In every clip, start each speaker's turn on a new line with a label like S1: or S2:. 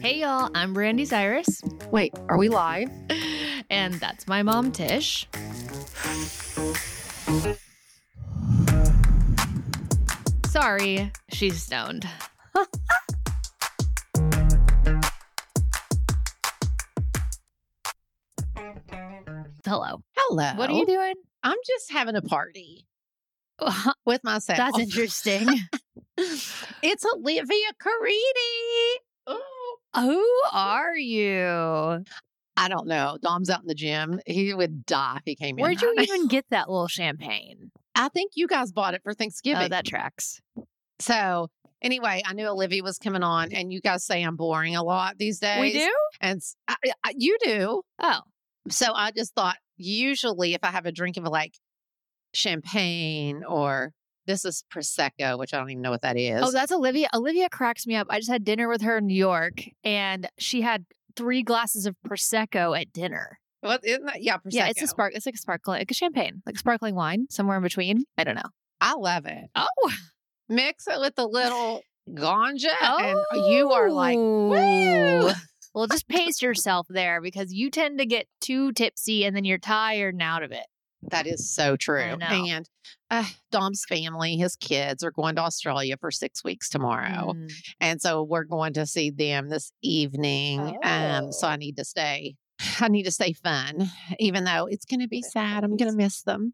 S1: Hey y'all, I'm Brandy Cyrus,
S2: Wait, are we live?
S1: and that's my mom Tish. Sorry, she's stoned. Hello.
S2: Hello.
S1: What are you doing?
S2: I'm just having a party with myself.
S1: That's interesting.
S2: it's Olivia Caridi. Oh,
S1: Who are you?
S2: I don't know. Dom's out in the gym. He would die if he came in.
S1: Where'd you
S2: hot.
S1: even get that little champagne?
S2: I think you guys bought it for Thanksgiving.
S1: Oh, that tracks.
S2: so anyway, I knew Olivia was coming on, and you guys say I'm boring a lot these days.
S1: We do?
S2: and s- I- I- you do.
S1: Oh,
S2: So I just thought usually if I have a drink of like champagne or this is prosecco, which I don't even know what that is.
S1: Oh, that's Olivia. Olivia cracks me up. I just had dinner with her in New York, and she had three glasses of prosecco at dinner.
S2: what isn't that? Yeah, prosecco.
S1: Yeah, it's a spark. It's like a sparkling, like a champagne, like sparkling wine, somewhere in between. I don't know.
S2: I love it.
S1: Oh,
S2: mix it with a little ganja, and uh, you are like, woo.
S1: Oh! Well, just pace yourself there because you tend to get too tipsy and then you're tired and out of it.
S2: that is so true.
S1: know.
S2: And uh, Dom's family, his kids, are going to Australia for six weeks tomorrow,
S1: Mm.
S2: and so we're going to see them this evening. Um,
S1: Oh.
S2: so I need to stay. I need to stay fun, even though it's going to be sad. I'm going to miss them.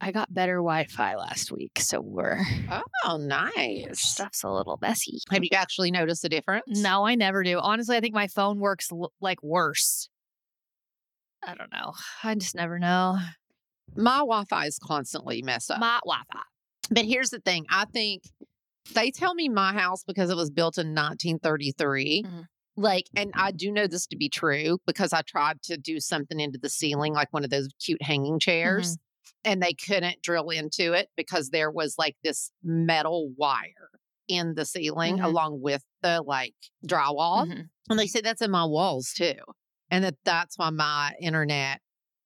S1: I got better Wi-Fi last week, so we're
S2: Oh, nice.
S1: stuff's a little messy.
S2: Have you actually noticed the difference?
S1: No, I never do. Honestly, I think my phone works l- like worse. I don't know. I just never know.
S2: My Wi Fi is constantly messed up.
S1: My Wi-Fi.
S2: But here's the thing. I think they tell me my house because it was built in 1933.
S1: Mhm.
S2: Like, and I do know this to be true because I tried to do something into the ceiling, like one of those cute hanging chairs, and they couldn't drill into it because there was like this metal wire in the ceiling
S1: Mhm.
S2: along with the like drywall.
S1: Mhm.
S2: And they said that's in my walls too. And that that's why my internet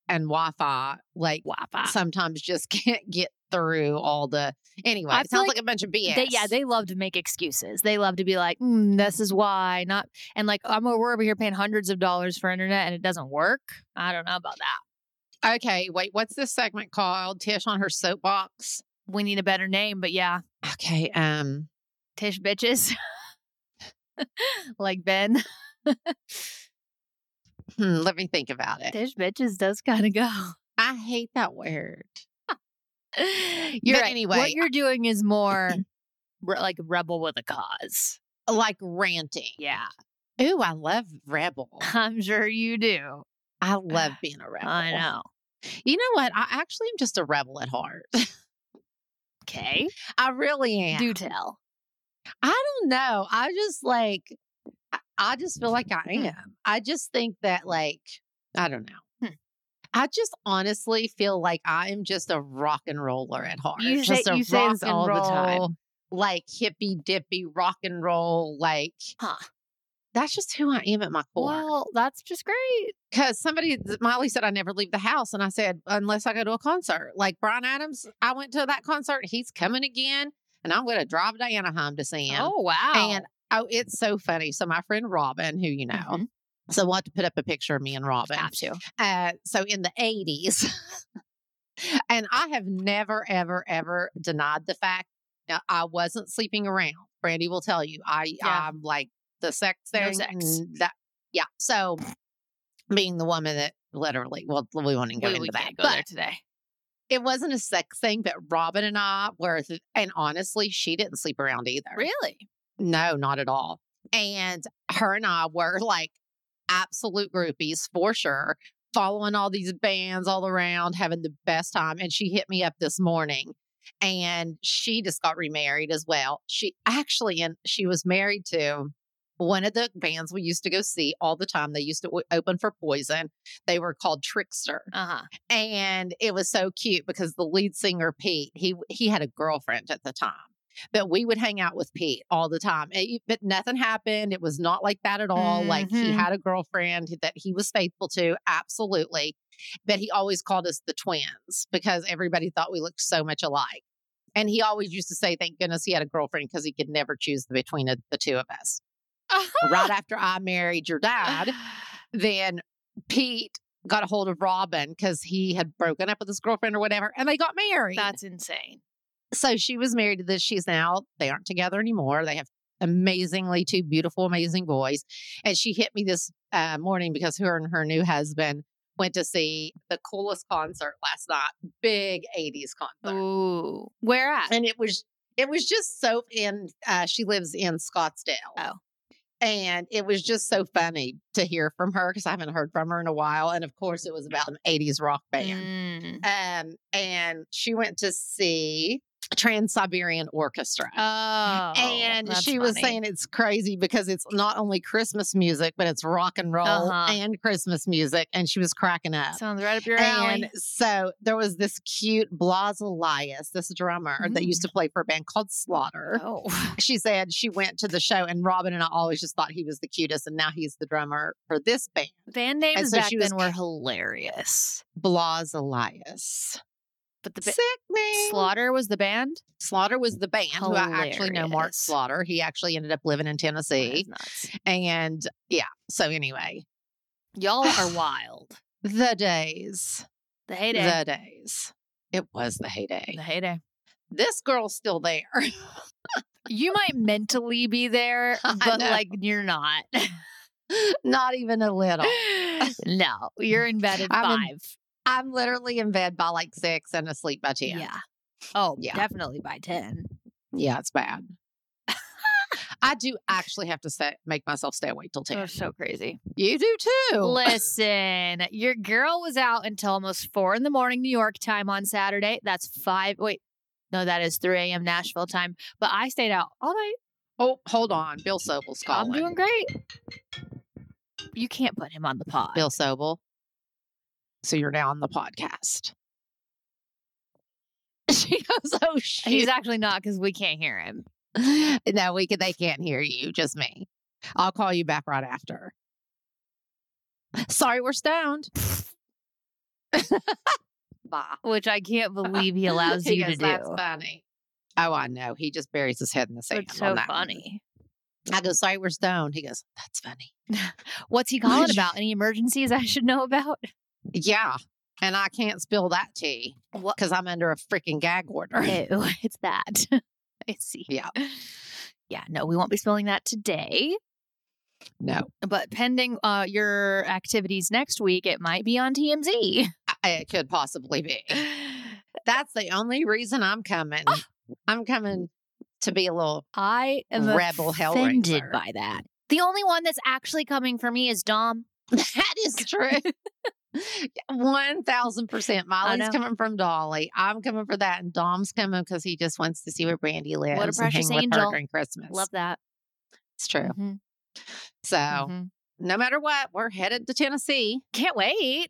S2: and Wi Fi, like,
S1: Wi-Fi.
S2: sometimes just can't get through all the anyway.
S1: I
S2: It
S1: feel
S2: sounds
S1: like
S2: like, a bunch of BS.
S1: They, yeah, they love to make excuses. They love to be like, mm, "This is why not," and like, "I'm over, we're over here paying hundreds of dollars for internet and it doesn't work." I don't know about that.
S2: okay. Wait, what's this segment called? Tish on her soapbox.
S1: We need a better name, but yeah,
S2: Okay. Um.
S1: Tish bitches, like Ben.
S2: hmm, let me think about it.
S1: Tish bitches does kind of go.
S2: I hate that word.
S1: You're
S2: But
S1: right.
S2: anyway,
S1: what you're doing is more re- like rebel with a cause.
S2: Like ranting.
S1: Yeah,
S2: Ooh, I love rebel.
S1: I'm sure you do.
S2: I love being a rebel.
S1: I know.
S2: You know what? I actually am just a rebel at heart.
S1: Okay,
S2: I really am.
S1: do tell.
S2: I don't know. I just like, I- I just feel like I
S1: Hmm.
S2: am. I just think that, like, I don't know.
S1: Hmm.
S2: I just honestly feel like I am just a rock and roller at heart.
S1: You say
S2: just a
S1: you say this all the
S2: roll,
S1: time.
S2: Like hippy dippy rock and roll. Like,
S1: Huh.
S2: that's just who I am at my core.
S1: Well, that's just great.
S2: Because somebody, Molly said, I never leave the house. And I said, unless I go to a concert. Like Brian Adams, I went to that concert. He's coming again. And I'm going to drive to Anaheim to see him.
S1: Oh wow!
S2: And oh, it's so funny. So my friend Robin, who you know,
S1: Mhm.
S2: so we'll have to put up a picture of me and Robin.
S1: have to.
S2: Uh, so in the eighties, and I have never, ever, ever denied the fact that I wasn't sleeping around. Brandy will tell you, I
S1: Yeah.
S2: I'm like the sex
S1: No
S2: thing.
S1: sex.
S2: mm, That yeah. So being the woman that literally, well, we won't even go
S1: we,
S2: into
S1: we
S2: that,
S1: can't go
S2: but
S1: there today.
S2: it wasn't a sex thing. But Robin and I were, th- and honestly, she didn't sleep around either.
S1: Really?
S2: No, not at all. And her and I were like absolute groupies for sure, following all these bands all around, having the best time. And she hit me up this morning and she just got remarried as well. She actually and she was married to one of the bands we used to go see all the time. They used to w- open for Poison. They were called Trickster,
S1: Uh huh.
S2: and it was so cute because the lead singer Pete he he had a girlfriend at the time. That we would hang out with Pete all the time, And- e, but nothing happened. It was not like that at all. Like he
S1: Mhm.
S2: had a girlfriend that he was faithful to, absolutely. But he always called us the twins because everybody thought we looked so much alike. And he always used to say, "Thank goodness he had a girlfriend because he could never choose between the the two of us."
S1: Ah!
S2: right after I married your dad, then Pete got a hold of Robin because he had broken up with his girlfriend or whatever, and they got married.
S1: That's insane.
S2: so she was married to this. She's now they aren't together anymore. They have amazingly two beautiful, amazing boys. And she hit me this uh, morning because her and her new husband went to see the coolest concert last night, big '80s concert,
S1: Ooh. Where at?
S2: and it was it was just so. And uh, she lives in Scottsdale.
S1: Oh.
S2: And it was just so funny to hear from her because I haven't heard from her in a while. And of course, it was about an 80s rock band.
S1: Mm.
S2: Um, and she went to see Trans Siberian Orchestra.
S1: Oh.
S2: and
S1: that's
S2: she was
S1: funny.
S2: saying it's crazy because it's not only Christmas music, but it's rock and roll
S1: Uh-huh.
S2: and Christmas music. And she was cracking up.
S1: sounds right up your alley.
S2: And so there was this cute Blas Elias, this drummer that used to play for a band called Slaughter
S1: Mm. Oh.
S2: she said she went to the show and Robin and I always just thought he was the cutest and now he's the drummer for this band,
S1: Band names
S2: so
S1: back
S2: she was
S1: then were hilarious.
S2: Blas Elias.
S1: But the ba-
S2: Sickening.
S1: Slaughter was the band?
S2: Slaughter was the band who I actually know Mark
S1: Hilarious.
S2: Slaughter. He actually ended up living in Tennessee.
S1: That's nuts.
S2: And yeah, so anyway,
S1: Y'all are wild.
S2: the days.
S1: The heyday.
S2: The days. It was the heyday.
S1: the heyday.
S2: This girl's still there.
S1: You might mentally be there,
S2: I
S1: but
S2: know.
S1: like you're not.
S2: Not even a little.
S1: no, you're in bed at
S2: I'm in-
S1: five.
S2: I'm literally in bed by like six and asleep by 10.
S1: Oh,
S2: Yeah.
S1: definitely by 10.
S2: Yeah, it's bad. I do actually have to say, make myself stay awake till 10.
S1: That's so crazy.
S2: You do too.
S1: Listen, your girl was out until almost four in the morning, New York time on Saturday. That's five. Wait, no, that is 3 a.m. Nashville time. But I stayed out all night.
S2: oh, hold on. Bill Sobel's
S1: I'm
S2: calling.
S1: doing great. You can't put him on the pod.
S2: Bill Sobel. So you're now on the podcast. She goes, oh,
S1: He's
S2: shit.
S1: actually not because we can't hear him.
S2: no, we can, they can't hear you, just me. I'll call you back right after. Sorry, we're stoned. Bye.
S1: which I can't believe he allows
S2: He
S1: you to
S2: goes, That's
S1: do.
S2: funny. Oh, I know. He just buries his head in the sand.
S1: It's
S2: on
S1: so
S2: that one.
S1: funny.
S2: I go, sorry, we're stoned. He goes, that's funny.
S1: What's he calling about? Any emergencies I should know about?
S2: Yeah. And I can't spill that tea
S1: What? Eh.
S2: because I'm under a freaking gag order.
S1: Ew, it's that. I see.
S2: Yeah.
S1: Yeah. No, we won't be spilling that today.
S2: No,
S1: But pending uh, your activities next week, it might be on TMZ.
S2: I- it could possibly be. That's the only reason I'm coming.
S1: Oh!
S2: I'm coming to be a little.
S1: I am
S2: Rebel
S1: offended
S2: Hellraiser.
S1: by that. The only one that's actually coming for me is Dom.
S2: That is true. 1000% Molly's
S1: know.
S2: coming from Dolly. I'm coming for that. And Dom's coming because he just wants to see where Brandy lives. and
S1: precious
S2: hang with her
S1: angel.
S2: during Christmas.
S1: Love that.
S2: It's true.
S1: Mhm,
S2: So,
S1: mhm.
S2: no matter what, we're headed to Tennessee.
S1: Can't wait.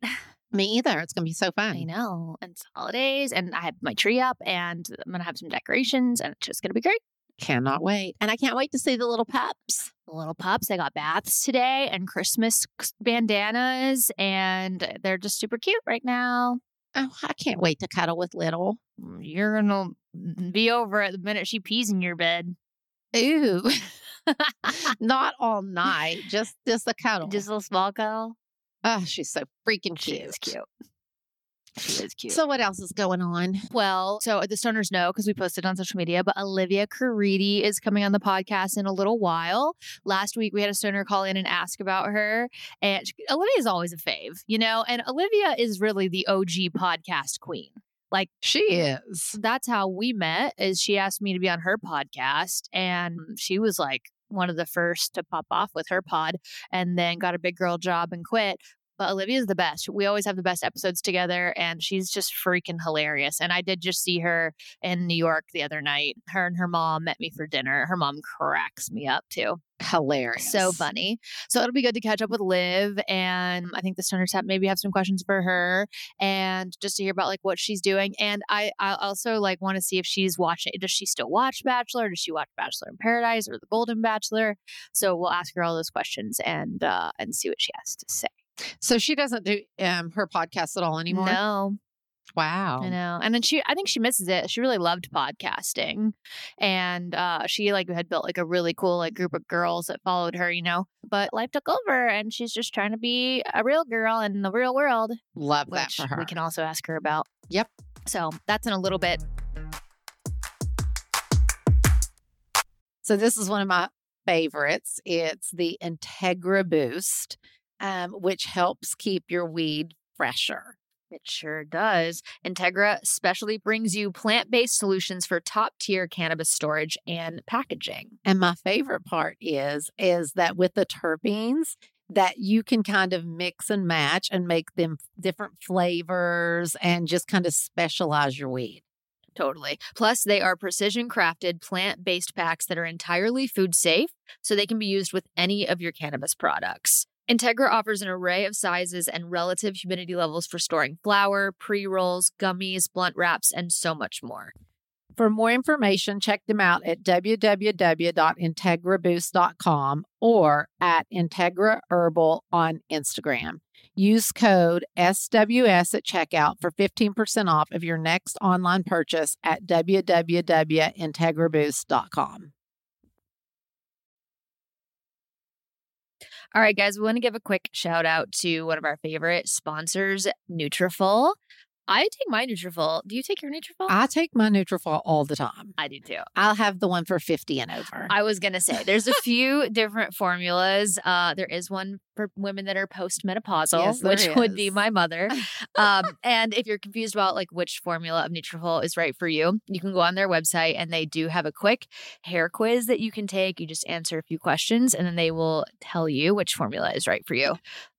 S2: Me either. It's going to be so fun.
S1: I know. And it's holidays, and I have my tree up, and I'm gonna have some decorations, and it's just gonna be great.
S2: Cannot wait. And I can't wait to see the little pups.
S1: The little pups, I got baths today, and Christmas bandanas, and they're just super cute right now. Mm,
S2: Oh, I can't wait to cuddle with little.
S1: You're gonna be over it the minute she pees in your bed.
S2: Ooh. Not all night, just just a cuddle.
S1: Just a little small girl.
S2: oh, she's so freaking
S1: She
S2: cute.
S1: is cute. She is cute.
S2: So what else is going on?
S1: Well, so the stoners know because we posted on social media, but Olivia Caridi is coming on the podcast in a little while. Last week we had a stoner call in and ask about her, and she- Olivia is always a fave, you know. And Olivia is really the OG podcast queen.
S2: She is.
S1: That's how we met. Is she asked me to be on her podcast, and she was like one of the first to pop off with her pod, and then got a big girl job and quit. But Olivia's the best. We always have the best episodes together, and she's just freaking hilarious. And I did just see her in New York the other night. Her and her mom met me for dinner. Her mom cracks me up too.
S2: Hilarious.
S1: So funny. So it'll be good to catch up with Liv. And I think the Stoner Tap maybe have some questions for her and just to hear about like what she's doing. And I, I also like want to see if she's watching. Does she still watch Bachelor? Does she watch Bachelor in Paradise or The Golden Bachelor? So we'll ask her all those questions and uh, and see what she has to say.
S2: So she doesn't do um, her podcast at all anymore.
S1: No,
S2: Wow.
S1: I know. And then she I think she misses it. She really loved podcasting. And uh she like had built like a really cool like group of girls that followed her, you know. But life took over and she's just trying to be a real girl in the real world.
S2: Love
S1: Which
S2: that for her.
S1: we can also ask her about.
S2: Yep.
S1: So that's in a little bit.
S2: So this is one of my favorites. It's the Integra Boost, um, which helps keep your weed fresher.
S1: It sure does. Integra specially brings you plant based solutions for top tier cannabis storage and packaging.
S2: And my favorite part is is that with the terpenes that you can kind of mix and match and make them different flavors and just kind of specialize your weed.
S1: Totally. Plus, they are precision crafted plant based packs that are entirely food safe, so they can be used with any of your cannabis products. Integra offers an array of sizes and relative humidity levels for storing flour, pre rolls, gummies, blunt wraps, and so much more.
S2: For more information, check them out at www.integraboost.com or at Integra Herbal on Instagram. Use code SWS at checkout for 15% off of your next online purchase at www.integraboost.com.
S1: All right, guys, we want to give a quick shout out to one of our favorite sponsors, Nutrafol. I take my Nutrafol. Do you take your Nutrafol?
S2: I take my Nutrafol all the time.
S1: I do too.
S2: I'll have the one for 50 and over.
S1: I was gonna say there's a few different formulas. Uh, there is one for women that are postmenopausal,
S2: Yes, there
S1: which would be
S2: is.
S1: my mother. um, and if you're confused about like which formula of Nutrafol is right for you, you can go on their website and they do have a quick hair quiz that you can take. You just answer a few questions and then they will tell you which formula is right for you.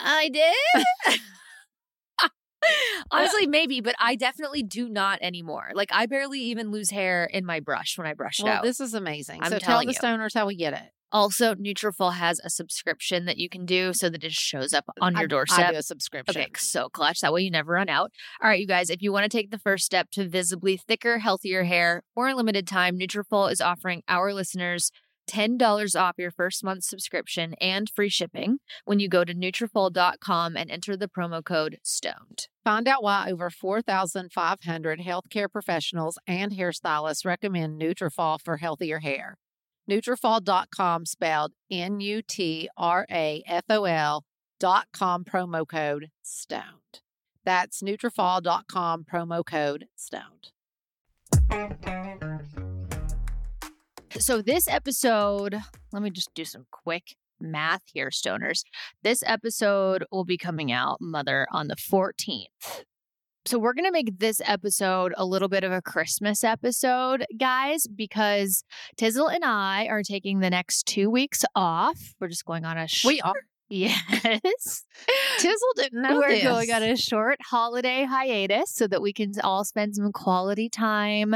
S1: I did. Honestly, maybe, but I definitely do not anymore. Like I barely even lose hair in my brush when I brush it
S2: Well,
S1: out.
S2: this is amazing.
S1: I'm
S2: so tell
S1: telling
S2: the
S1: you.
S2: stoners how we get it.
S1: also, Nutrafol has a subscription that you can do so that it shows up on
S2: I- I
S1: your doorstep.
S2: do a subscription.
S1: Okay, so clutch. That way you never run out. All right, you guys, if you want to take the first step to visibly thicker, healthier hair for a limited time, Nutrafol is offering our listeners $10 off your first month subscription and free shipping when you go to Nutrafol.com and enter the promo code STONED.
S2: Find out why over 4,500 healthcare professionals and hairstylists recommend Nutrafol for healthier hair. Nutrafol.com spelled N-U-T-R-A-F-O-L dot com promo code STONED. That's Nutrafol.com promo code STONED.
S1: So this episode, let me just do some quick math here, stoners. This episode will be coming out, mother, on the 14th. So we're going to make this episode a little bit of a Christmas episode, guys, because Tizzle and I are taking the next two weeks off. We're just going on a sh-
S2: We are.
S1: yes.
S2: Tizzle didn't know
S1: We're
S2: this.
S1: going on a short holiday hiatus so that we can all spend some quality time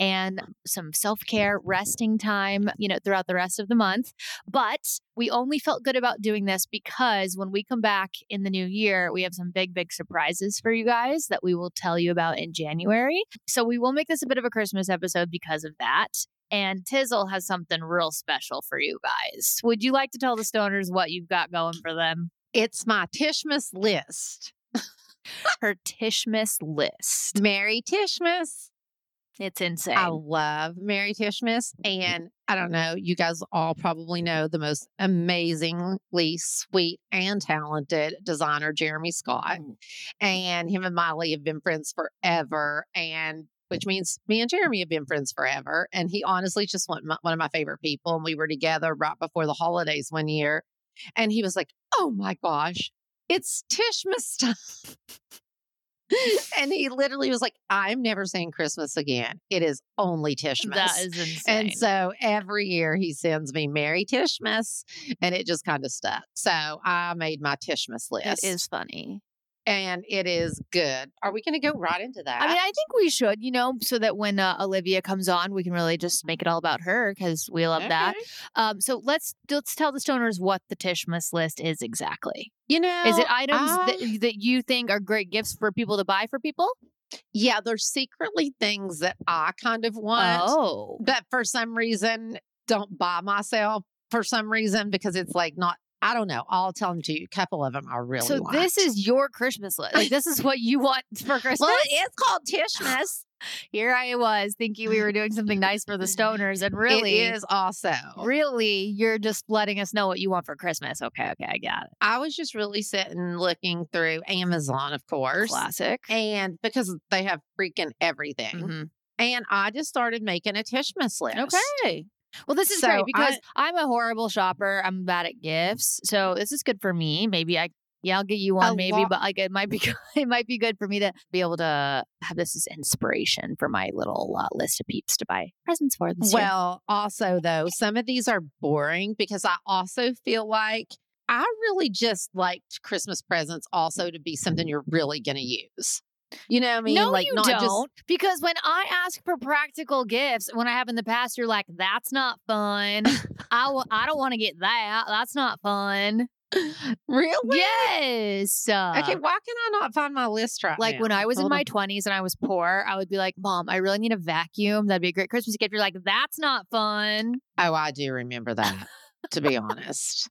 S1: and some self care, resting time, you know, throughout the rest of the month. But we only felt good about doing this because when we come back in the new year, we have some big, big surprises for you guys that we will tell you about in January. So we will make this a bit of a Christmas episode because of that. And Tizzle has something real special for you guys. Would you like to tell the stoners what you've got going for them?
S2: It's my Tishmas list.
S1: her Tishmas list.
S2: Merry Tishmas.
S1: It's insane.
S2: I love Mary Tishmas. And I don't know, you guys all probably know the most amazingly sweet and talented designer, Jeremy Scott. And him and Molly have been friends forever. And which means me and Jeremy have been friends forever. And he honestly just went my, one of my favorite people. And we were together right before the holidays one year. And he was like, oh my gosh, it's Tishmas time. and he literally was like, I'm never saying Christmas again. It is only Tishmas.
S1: That is insane.
S2: And so every year he sends me Merry Tishmas, and it just kind of stuck. So I made my Tishmas list,
S1: it is funny.
S2: and it is good. Are we going to go right into that?
S1: I mean, I think we should, you know, so that when uh, Olivia comes on, we can really just make it all about her because we love that.
S2: Okay.
S1: Um, so let's let's tell the stoners what the Tishmas list is exactly.
S2: You know,
S1: is it items
S2: I-
S1: that, that you think are great gifts for people to buy for people?
S2: yeah, there's secretly things that I kind of want
S1: Oh,
S2: that for some reason don't buy myself for some reason because it's like not. I don't know. I'll tell them to you. A couple of them I really
S1: so
S2: want.
S1: this is your Christmas list. Like this is what you want for Christmas.
S2: well, it's called Tishmas.
S1: Here I was thinking we were doing something nice for the stoners, and really,
S2: it is also.
S1: really, you're just letting us know what you want for Christmas. Okay, okay, I got it.
S2: I was just really sitting looking through Amazon, of course.
S1: Classic.
S2: And because they have freaking everything.
S1: Mhm.
S2: And I just started making a Tishmas list.
S1: Okay. Well, this is
S2: So
S1: great because I, am a horrible shopper. I'm bad at gifts, so this is good for me. Maybe I, yeah, I'll get you one.
S2: A
S1: Maybe,
S2: lot-
S1: but like it might be, good- it might be good for me to be able to have this as inspiration for my little uh, list of peeps to buy presents for this year.
S2: Well, also though, some of these are boring because I also feel like I really just liked Christmas presents also to be something you're really gonna use. You know what I mean?
S1: no,
S2: like
S1: you
S2: not
S1: don't.
S2: just
S1: because when I ask for practical gifts, when I have in the past, you're like, "That's not fun. I w- I don't want to get that. That's not fun."
S2: really
S1: Yes. uh,
S2: Okay, why can I not find my list right
S1: Like
S2: now?
S1: when I was in
S2: Hold
S1: my
S2: on.
S1: 20s and I was poor, I would be like, Mom, I really need a vacuum. That'd be a great Christmas gift. You're like, That's not fun.
S2: Oh, I do remember that, to be honest.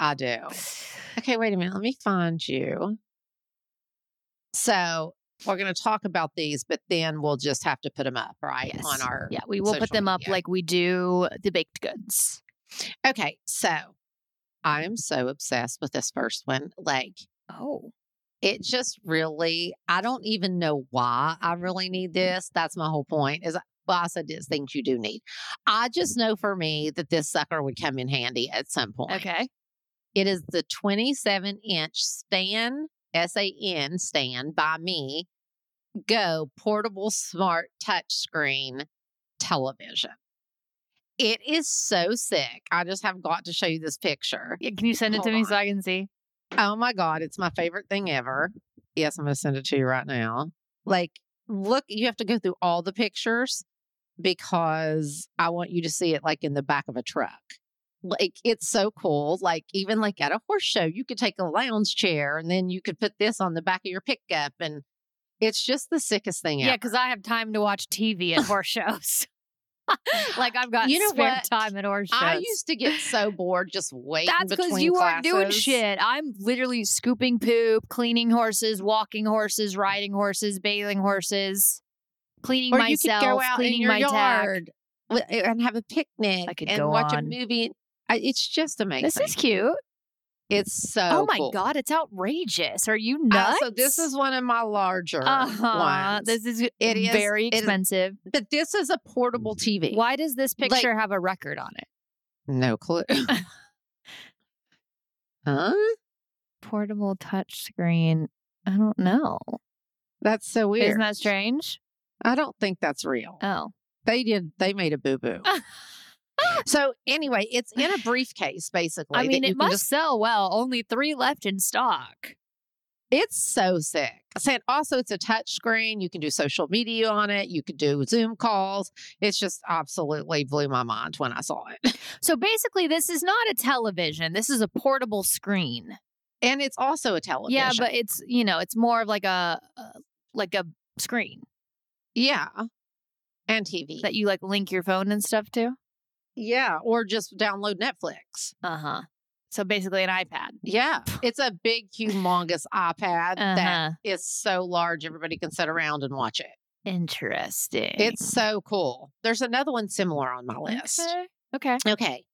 S2: I do. Okay, wait a minute. Let me find you. So we're going to talk about these, but then we'll just have to put them up, right?
S1: Yes.
S2: On our.
S1: Yeah, we will put
S2: social
S1: them up
S2: media.
S1: like we do the baked goods.
S2: Okay, so I am so obsessed with this first one. Like,
S1: Oh.
S2: it just really, I don't even know why I really need this. That's my whole point is well, I said there's things you do need. I just know for me that this sucker would come in handy at some point.
S1: Okay.
S2: It is the 27 inch Stan, S A N, Stan by me, Go portable smart touchscreen television. It is so sick. I just have got to show you this picture.
S1: Yeah, can you send it to
S2: Hold
S1: me
S2: on.
S1: so I can see?
S2: Oh my God, it's my favorite thing ever. Yes, I'm going to send it to you right now. Like, look, you have to go through all the pictures because I want you to see it like in the back of a truck. Like, it's so cool. Like, even like at a horse show, you could take a lounge chair and then you could put this on the back of your pickup. And it's just the sickest thing
S1: Yeah,
S2: ever.
S1: because I have time to watch TV at horse shows. like I've got
S2: You know
S1: spare
S2: what?
S1: time at horse shows.
S2: I used to get so bored just waiting.
S1: That's because
S2: between
S1: you aren't doing
S2: classes.
S1: shit. I'm literally scooping poop, cleaning horses, walking horses, riding horses, bailing horses, cleaning
S2: or
S1: myself,
S2: you could go out
S1: cleaning
S2: in your
S1: my yard.
S2: yard wi- and have a picnic
S1: I could
S2: and
S1: go
S2: watch a
S1: on.
S2: movie. I, it's just amazing.
S1: This is cute.
S2: it's so.
S1: Oh, my
S2: cool.
S1: god, it's outrageous. Are you
S2: Uh,
S1: nuts?
S2: so this is one of my larger
S1: uh-huh.
S2: ones,
S1: This is
S2: It is-
S1: very
S2: it is-
S1: expensive.
S2: but this is a portable TV.
S1: Why does this picture have a record on it?
S2: No clue. huh?
S1: Portable touchscreen. I don't know.
S2: That's so weird.
S1: Isn't that strange?
S2: I don't think that's real.
S1: Oh.
S2: They did. They made a boo boo. so anyway, it's in a briefcase basically.
S1: I
S2: that
S1: mean,
S2: you
S1: it
S2: can
S1: must
S2: just
S1: sell well. Only three left in stock.
S2: It's so sick. I said also it's a touch screen. You can do social media on it. You could do Zoom calls. It's just absolutely blew my mind when I saw it.
S1: So basically, this is not a television. This is a portable screen.
S2: And it's also a television.
S1: Yeah, but it's you know it's more of like a uh, like a screen
S2: yeah. And TV.
S1: that you like link your phone and stuff to.
S2: yeah. Or just download Netflix.
S1: Uh huh. So basically, an iPad.
S2: Yeah. It's a big, humongous iPad that
S1: Uh-huh.
S2: is so large everybody can sit around and watch it.
S1: Interesting.
S2: It's so cool. There's another one similar on my list.
S1: Okay. Okay.
S2: Okay.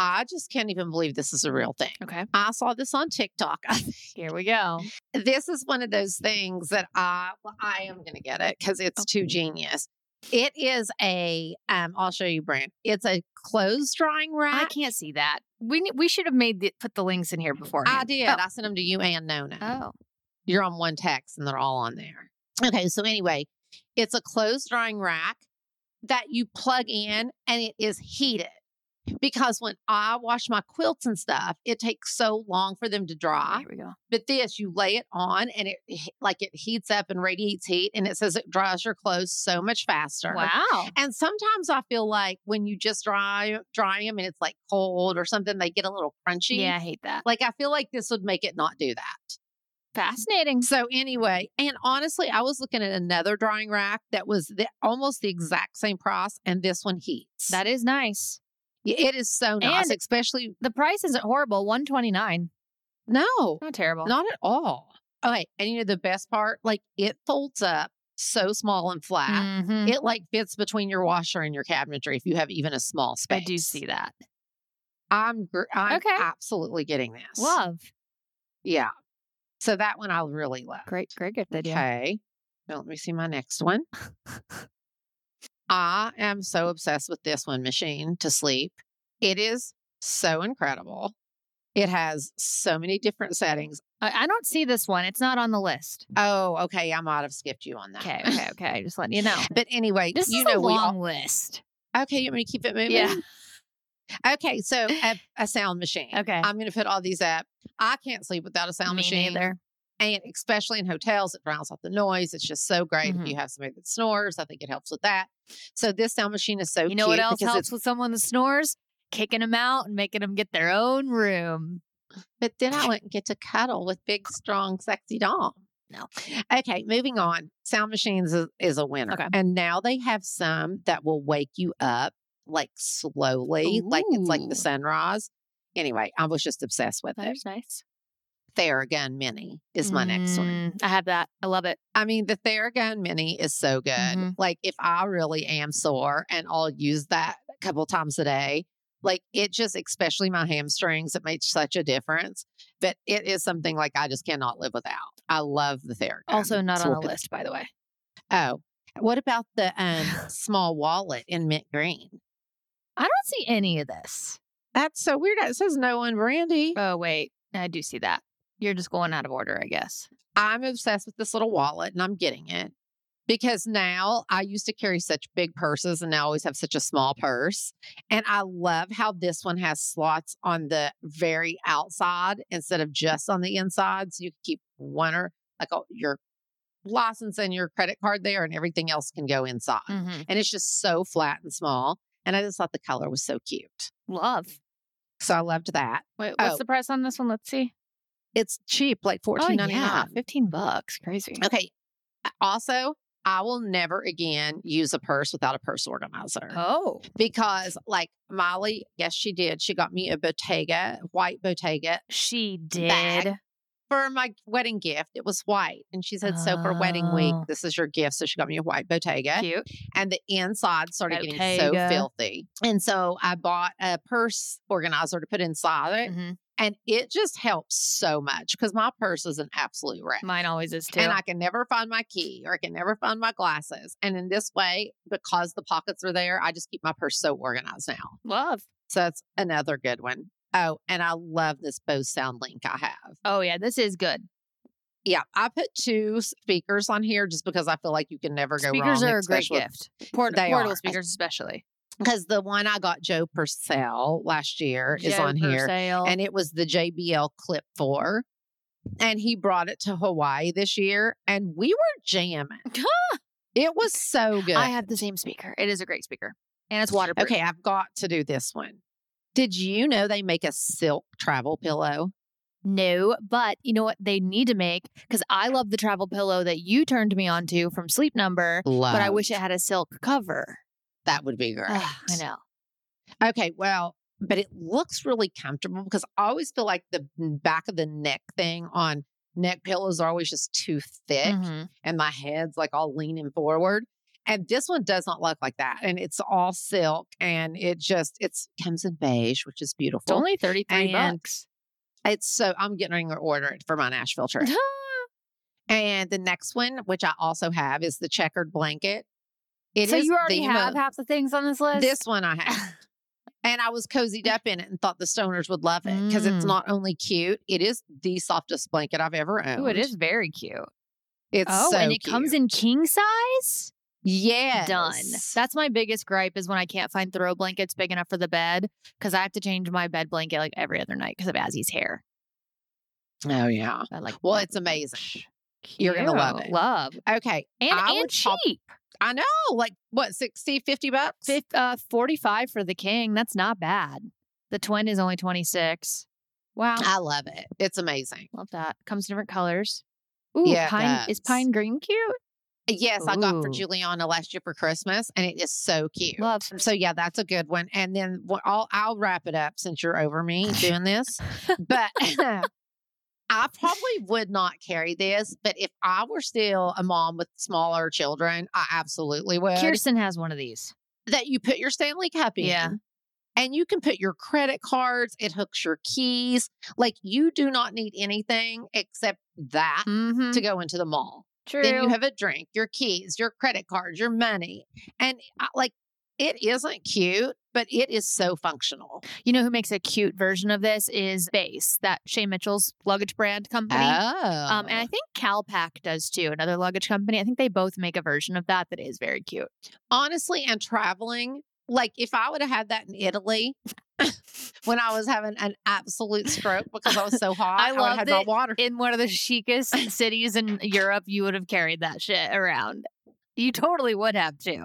S2: I just can't even believe this is a real thing.
S1: Okay.
S2: I saw this on TikTok.
S1: Here we go.
S2: this is one of those things that I well, I am going to get it because it's
S1: Oh.
S2: too genius. It is a um, I'll show you brand. It's a clothes drying
S1: I
S2: rack.
S1: can't see that. We ne- we should have made the, put the links in here before.
S2: I, did. I sent them to you and Nona.
S1: Oh.
S2: You're on one text and they're all on there. Okay, so anyway, it's a clothes drying rack that you plug in and it is heated. Because when I wash my quilts and stuff, it takes so long for them to dry.
S1: Here we go.
S2: But this, you lay it on and it he- like it heats up and radiates heat, and it says it dries your clothes so much faster.
S1: Wow.
S2: And sometimes I feel like when you just dry dry them and it's like cold or something, they get a little crunchy.
S1: Yeah, I hate that.
S2: Like I feel like this would make it not do that.
S1: Fascinating.
S2: So anyway, and honestly, I was looking at another drying rack that was the, almost the exact same price, and this one heats.
S1: That is nice.
S2: Y- it is so nice,
S1: And-
S2: especially
S1: The price isn't horrible. One twenty nine.
S2: no,
S1: Not terrible.
S2: Not at all. Okay. And you know the best part? Like it folds up so small and flat.
S1: Mhm.
S2: It like fits between your washer and your cabinetry if you have even a small
S1: I
S2: space.
S1: do see that.
S2: I'm, gr- I'm
S1: Okay.
S2: absolutely getting this.
S1: Love.
S2: Yeah. So that one I really love.
S1: Great, great gift idea.
S2: Okay. Now let me see my next one. I am so obsessed with this one machine to sleep. It is so incredible. It has so many different settings.
S1: I, I don't see this one. It's not on the list.
S2: Oh, okay. I might have skipped you on that.
S1: Okay, okay, okay. Just letting you know.
S2: But anyway,
S1: This
S2: you
S1: is
S2: know
S1: a
S2: we all-
S1: long list.
S2: okay. You want me to keep it moving?
S1: Yeah.
S2: Okay, so a, a sound machine.
S1: Okay.
S2: I'm going to put all these up. I can't sleep without a sound
S1: Me
S2: machine,
S1: neither.
S2: and especially in hotels, it drowns out the noise. It's just so great
S1: Mhm.
S2: if you have somebody that snores. I think it helps with that. So this sound machine is so
S1: You know what
S2: cute
S1: else
S2: because
S1: helps
S2: it's-
S1: with someone that snores? Kicking them out and making them get their own room.
S2: But then I went and get to cuddle with big, strong, sexy Dom.
S1: No.
S2: Okay, moving on. Sound machines is, is a winner,
S1: Okay.
S2: and now they have some that will wake you up like slowly, like it's like
S1: Ooh.
S2: the sunrise. Anyway, I was just obsessed with
S1: That
S2: it.
S1: is nice.
S2: Theragun Mini is my next one.
S1: Mm, I have that. I love it.
S2: I mean, the Theragun Mini is so good.
S1: Mhm.
S2: Like, if I really am sore and I'll use that a couple times a day, like it just, especially my hamstrings, it makes such a difference. But it is something like I just cannot live without. I love the Theragun.
S1: Also, not
S2: So
S1: on
S2: we'll
S1: the
S2: put-
S1: list, by the way.
S2: Oh, what about the um, small wallet in mint green?
S1: I don't see any of this.
S2: That's so weird. It says no one brandy.
S1: Oh, wait. I do see that. You're just going out of order, I guess.
S2: I'm obsessed with this little wallet and I'm getting it because now I used to carry such big purses and now I always have such a small purse. And I love how this one has slots on the very outside instead of just on the inside. So you can keep one or like all- your license and your credit card there and everything else can go inside.
S1: Mhm.
S2: And it's just so flat and small. And I just thought the color was so cute.
S1: Love.
S2: So I loved that.
S1: Wait, what's
S2: Oh.
S1: the price on this one? Let's see.
S2: It's cheap, like
S1: Oh,
S2: fourteen ninety nine.
S1: yeah. 15 bucks. Crazy.
S2: Okay. Uh, Also, I will never again use a purse without a purse organizer.
S1: Oh.
S2: Because, like Molly, yes, she did. She got me a Bottega, white Bottega
S1: She did.
S2: Bag. for my wedding gift. It was white. And she said, So for wedding week,
S1: Oh.
S2: this is your gift. So she got me a white Bottega.
S1: Cute.
S2: And the inside started getting so
S1: Bottega.
S2: filthy. And so I bought a purse organizer to put inside it.
S1: Mhm.
S2: And it just helps so much because my purse is an absolute wreck.
S1: Mine always is too.
S2: and I can never find my key or I can never find my glasses. And in this way, because the pockets are there, I just keep my purse so organized now.
S1: Love.
S2: So that's another good one. Oh, and I love this Bose sound link I have.
S1: Oh, yeah. This is good.
S2: Yeah, I put two speakers on here just because I feel like you can never go
S1: speakers
S2: wrong.
S1: are a great gift. Port-
S2: They
S1: portable
S2: are.
S1: speakers, especially,
S2: Because the one I got Joe Purcell last year is
S1: Joe
S2: on here.
S1: Purcell.
S2: and it was the JBL Clip 4. And he brought it to Hawaii this year, and we were jamming. it was so good.
S1: I have the same speaker. It is a great speaker, and it's waterproof.
S2: Okay, I've got to do this one. Did you know they make a silk travel pillow?
S1: No, but you know what they need to make because I love the travel pillow that you turned me onto from Sleep Number,
S2: Love.
S1: but I wish it had a silk cover.
S2: that would be great.
S1: Ugh, I know.
S2: know. Okay, well, but it looks really comfortable because I always feel like the back of the neck thing on neck pillows are always just too thick
S1: Mhm.
S2: and my head's like all leaning forward. And this one does not look like that. And it's all silk and it just it's comes in beige, which is beautiful.
S1: It's only 33
S2: And-
S1: bucks.
S2: It's so I'm getting ready to order it for my Nashville trip. and the next one, which I also have, is the checkered blanket. It
S1: so
S2: is
S1: you already
S2: the
S1: have
S2: mo-
S1: half the things on this list?
S2: this one I have. and I was cozied up in it and thought the stoners would love it because it's
S1: Mm.
S2: not only cute, it is the softest blanket I've ever owned.
S1: Ooh, it is very cute.
S2: It's
S1: oh,
S2: so
S1: and it comes in king size?
S2: yeah
S1: Done. That's my biggest gripe is when I can't find throw blankets big enough for the bed because I have to change my bed blanket like every other night because of Azzy's hair.
S2: oh yeah.
S1: I like
S2: Well,
S1: that
S2: it's amazing.
S1: much.
S2: You're gonna love
S1: Cute.
S2: it.
S1: Love.
S2: Okay.
S1: And,
S2: I
S1: and
S2: would prob-
S1: cheap.
S2: I know, like what, 60, 50 bucks?
S1: Fif- uh, 45 for the king. That's not bad. The twin is only 26. Wow.
S2: I love it. It's amazing.
S1: Love that. Comes in different colors. Ooh,
S2: Yeah, it
S1: pine is
S2: does.
S1: pine green cute?
S2: Yes, I got for
S1: Ooh.
S2: Juliana last year for Christmas, and it is so cute.
S1: Love.
S2: So yeah, that's a good one. And then wh- I'll I'll wrap it up since you're over me doing this. But I probably would not carry this, but if I were still a mom with smaller children, I absolutely would.
S1: Kirsten has one of these.
S2: that you put your Stanley Cup in.
S1: Yeah.
S2: And you can put your credit cards, it hooks your keys. Like you do not need anything except that
S1: Mm-hmm.
S2: to go into the mall.
S1: True.
S2: Then you have a drink, your keys, your credit cards, your money. And I- like it isn't cute, but it is so functional.
S1: You know who makes a cute version of this is Base, that Shay Mitchell's luggage brand company.
S2: Um,
S1: Um, and I think CalPack does too, another luggage company. I think they both make a version of that that is very cute.
S2: honestly, and traveling, like if I would have had that in Italy when I was having an absolute stroke because I was so hot,
S1: I
S2: would have
S1: love
S2: had my
S1: that
S2: water.
S1: In one of the chicest cities in Europe, you would have carried that shit around. You totally would have too.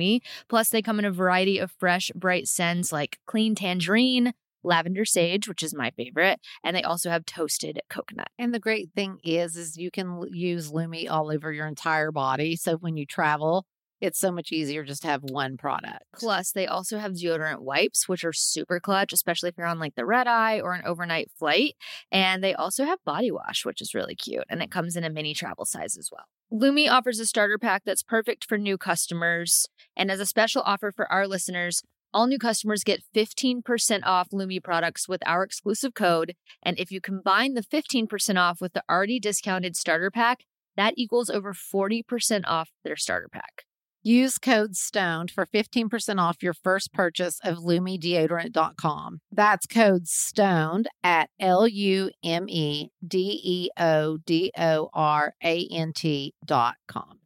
S1: Plus, they come in a variety of fresh, bright scents like clean tangerine, lavender sage, which is my favorite, and they also have toasted coconut.
S2: And the great thing is, is you can l- use Lumi all over your entire body. So when you travel, it's so much easier just to have one product.
S1: Plus, they also have deodorant wipes, which are super clutch, especially if you're on like the red eye or an overnight flight. And they also have body wash, which is really cute. And it comes in a mini travel size as well. Lumi offers a starter pack that's perfect for new customers. And as a special offer for our listeners, all new customers get 15% off Lumi products with our exclusive code. And if you combine the 15% off with the already discounted starter pack, that equals over 40% off their starter pack.
S2: Use code STONED for 15% off your first purchase of LumiDeodorant.com. That's code STONED at L U M E D E O D O R A N T dot com.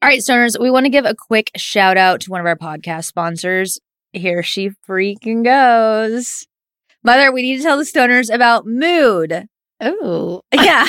S1: All right, stoners, we want to give a quick shout out to one of our podcast sponsors. Here she freaking goes. Mother, we need to tell the stoners about mood.
S2: Oh,
S1: Yeah.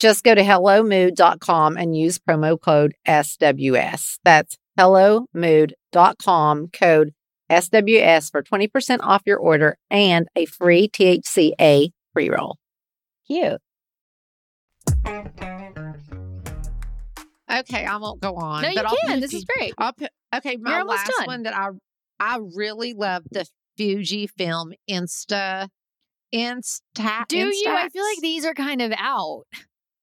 S2: Just go to HelloMood.com and use promo code SWS. That's HelloMood.com code SWS for 20% off your order and a free THCA pre roll.
S3: Cute.
S2: Okay, I won't go on.
S1: No, you
S2: but I'll
S1: can.
S2: put
S1: This is
S2: the-
S1: great.
S2: I'll put, okay, my
S1: You're almost
S2: last
S1: done.
S2: one that I I really love the Fuji Film Insta Insta.
S1: Do you? I feel
S2: Instax.
S1: like these are kind of out.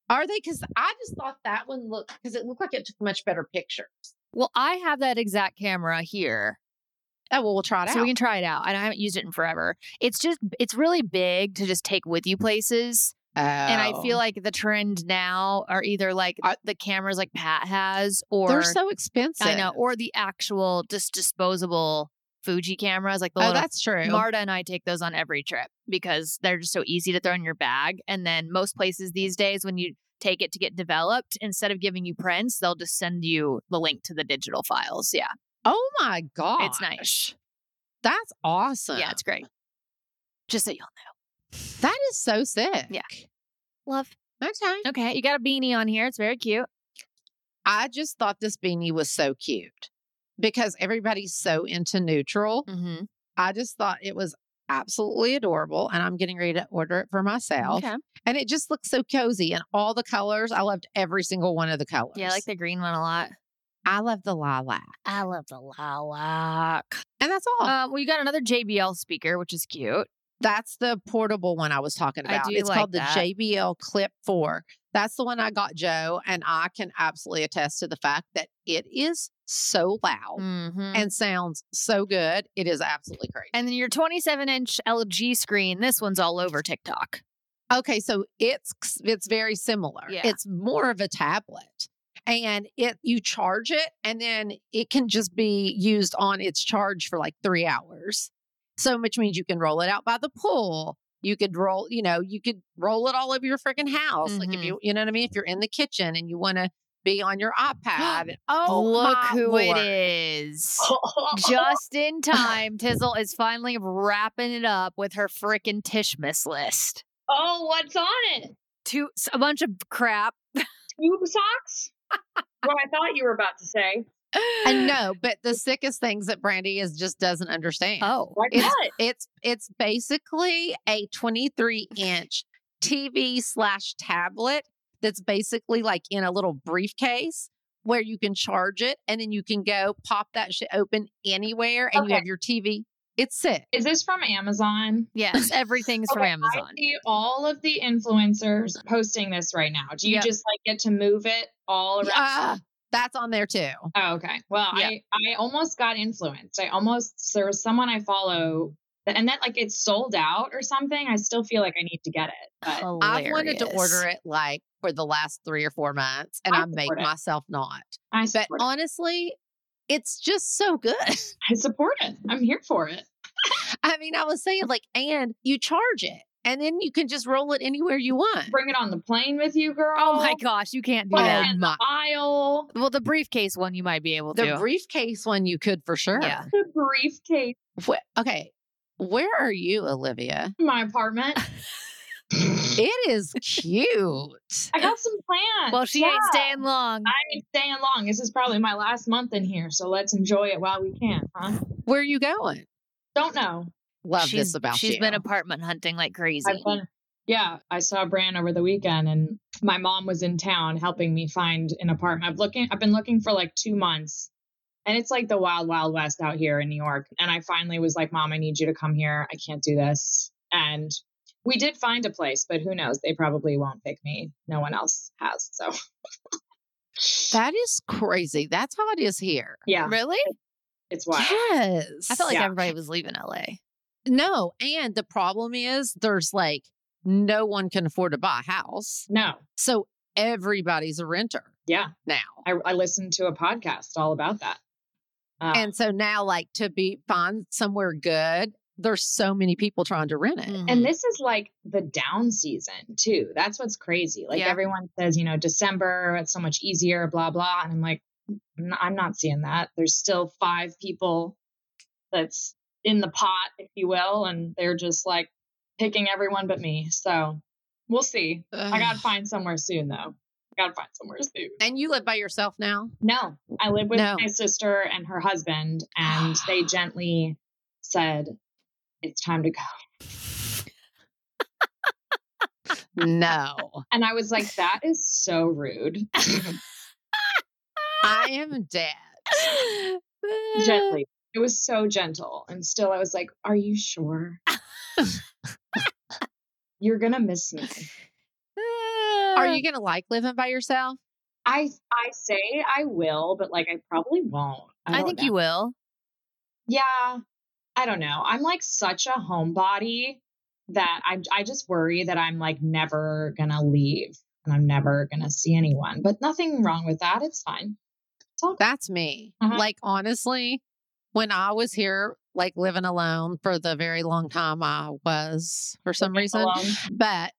S2: are they? Because I just thought that one looked because it looked like it took much better pictures.
S1: Well, I have that exact camera here.
S2: Oh well, we'll try it
S1: so
S2: out.
S1: we can try it out. And I haven't used it in forever. It's just it's really big to just take with you places. And I
S2: Oh.
S1: feel like the trend now are either like
S2: I-
S1: the cameras like Pat has or
S2: they're so expensive.
S1: I know, or the actual just disposable Fuji cameras, like the
S2: oh,
S1: little
S2: that's true.
S1: Marta and I take those on every trip because they're just so easy to throw in your bag. And then most places these days, when you take it to get developed, instead of giving you prints, they'll just send you the link to the digital files. Yeah,
S2: oh my god,
S1: it's nice.
S2: That's awesome.
S1: Yeah, it's great. Just so y'all
S2: that is so sick.
S1: Yeah. know. Love.
S2: Okay.
S1: Okay, you got a beanie on here. It's very cute.
S2: I just thought this beanie was so cute because everybody's so into neutral.
S1: Mm-hmm.
S2: I just thought it was absolutely adorable, and I'm getting ready to order it for myself.
S1: Okay.
S2: And it just looks so cozy and all the colors. I loved every single one of the colors.
S1: Yeah, I like the green one a lot.
S2: I love the lilac,
S1: I love the lilac.
S2: and that's all.
S1: Uh, well, you got another JBL speaker, which is cute.
S2: that's the portable one I was talking
S1: I
S2: about.
S1: do
S2: It's
S1: like
S2: called
S1: that.
S2: the JBL Clip Four. That's the one I got, Joe, and I can absolutely attest to the fact that it is so loud
S1: Mm-hmm.
S2: Oh. and sounds so good. It is absolutely crazy.
S1: And then your 27 inch LG screen. This one's all over TikTok.
S2: Okay, so it's c- it's very similar.
S1: Yeah.
S2: It's more of a tablet. And it you charge it and then it can just be used on its charge for like 3 hours. So which means you can roll it out by the pool. You could roll, you know, you could roll it all over your freaking house. Like if
S1: Mhm.
S2: you you know what I mean, if you're in the kitchen and you want to be on your iPad. and- oh,
S1: Look
S2: my
S1: who
S2: Lord.
S1: it is. Just in time, Tizzle is finally wrapping it up with her frickin' Tishmas list.
S4: Oh, what's on it?
S1: Two, s- a bunch of crap.
S4: Tube socks? what I thought you were about to say.
S2: and no, but the sickest things that Brandy is just doesn't understand.
S1: Oh.
S4: Like
S2: It's-
S4: what?
S2: It's it's basically a 23 inch TV slash tablet that's basically like in a little briefcase where you can charge it and then you can go pop that shit open anywhere and you
S4: Okay.
S2: have your TV. It's sick.
S4: Is this from Amazon?
S1: Yes, everything's from
S4: Okay,
S1: Amazon.
S4: I see all of the influencers posting this right now. Do you
S1: Yep.
S4: just like get to move it all around?
S2: Ah, that's on there too.
S4: Oh, okay. Well,
S1: Yeah.
S4: I I almost got influenced. I almost there was someone I follow that, and that like it's sold out or something. I still feel like I need to get it. But
S2: I've wanted to order it like for the last three or four months and
S4: I
S2: I, make
S4: support it.
S2: myself not.
S4: I
S2: But
S4: support,
S2: honestly, it's just so good.
S4: it. I support it. I'm here for it.
S2: I mean, I was saying like, and you charge it, and then you can just roll it anywhere you want.
S4: Bring it on the plane with you, girl.
S1: Oh my gosh, you can't do
S4: Put
S1: that.
S4: it in
S2: my-
S4: the aisle.
S1: Well, the briefcase one you might be able
S2: The
S1: to.
S2: briefcase one you could for sure.
S1: Yeah.
S4: The briefcase
S2: Wh- okay, where are you, Olivia?
S4: in my apartment.
S2: It is cute.
S4: I got some plans.
S1: well, she
S4: yeah.
S1: ain't staying long.
S4: I ain't staying long. This is probably my last month in here, so let's enjoy it while we can, huh?
S2: Where are you going?
S4: Don't know.
S2: Love
S1: she's,
S2: this about
S1: She's
S2: you.
S1: been apartment hunting like crazy.
S4: I've been, yeah, I saw Bran over the weekend, and my mom was in town helping me find an apartment. I've looking, I've been looking for like two months, and it's like the wild, wild west out here in New York. And I finally was like, "Mom, I need you to come here. I can't do this." And we did find a place, but who knows? They probably won't pick me. No one else has, so
S2: that is crazy. That's how it is here.
S4: yeah,
S1: Really?
S4: it's wild.
S2: Yes.
S1: I felt like
S4: Yeah.
S1: everybody was leaving LA.
S2: no. And the problem is, there's like no one can afford to buy a house,
S4: No,
S2: so everybody's a renter.
S4: Yeah.
S2: now.
S4: I, I listened to a podcast all about that. Uh,
S2: And so now, like to be find somewhere good, there's so many people trying to rent it.
S4: And this is like the down season too. That's what's crazy. Like
S1: Yeah.
S4: everyone says, you know, December, it's so much easier, blah, blah. And I'm like, I'm not, I'm not seeing that. There's still five people that's in the pot, if you will. And they're just like picking everyone but me. So we'll see. I got to find somewhere soon though. I got to find somewhere soon.
S2: And you live by yourself now?
S4: No, I live with
S2: No.
S4: my sister and her husband. And they gently said, it's time to go.
S2: No.
S4: And I was like, that is so rude.
S2: I am dead.
S4: Gently. It was so gentle. And still, I was like, are you sure? You're going to miss me.
S2: Are
S1: Uh.
S2: you going to like living by yourself?
S4: I, I say I will, but like, I probably won't. I,
S1: I
S4: don't
S1: think
S4: know.
S1: you will.
S4: Yeah. I don't know. I'm like such a homebody that I, I just worry that I'm like never going to leave and I'm never going to see anyone. But nothing wrong with that. It's fine. It's all
S2: That's me.
S4: Uh-huh.
S2: Like, honestly, when I was here, like living alone for the very long time I was for some reason,
S4: alone.
S2: but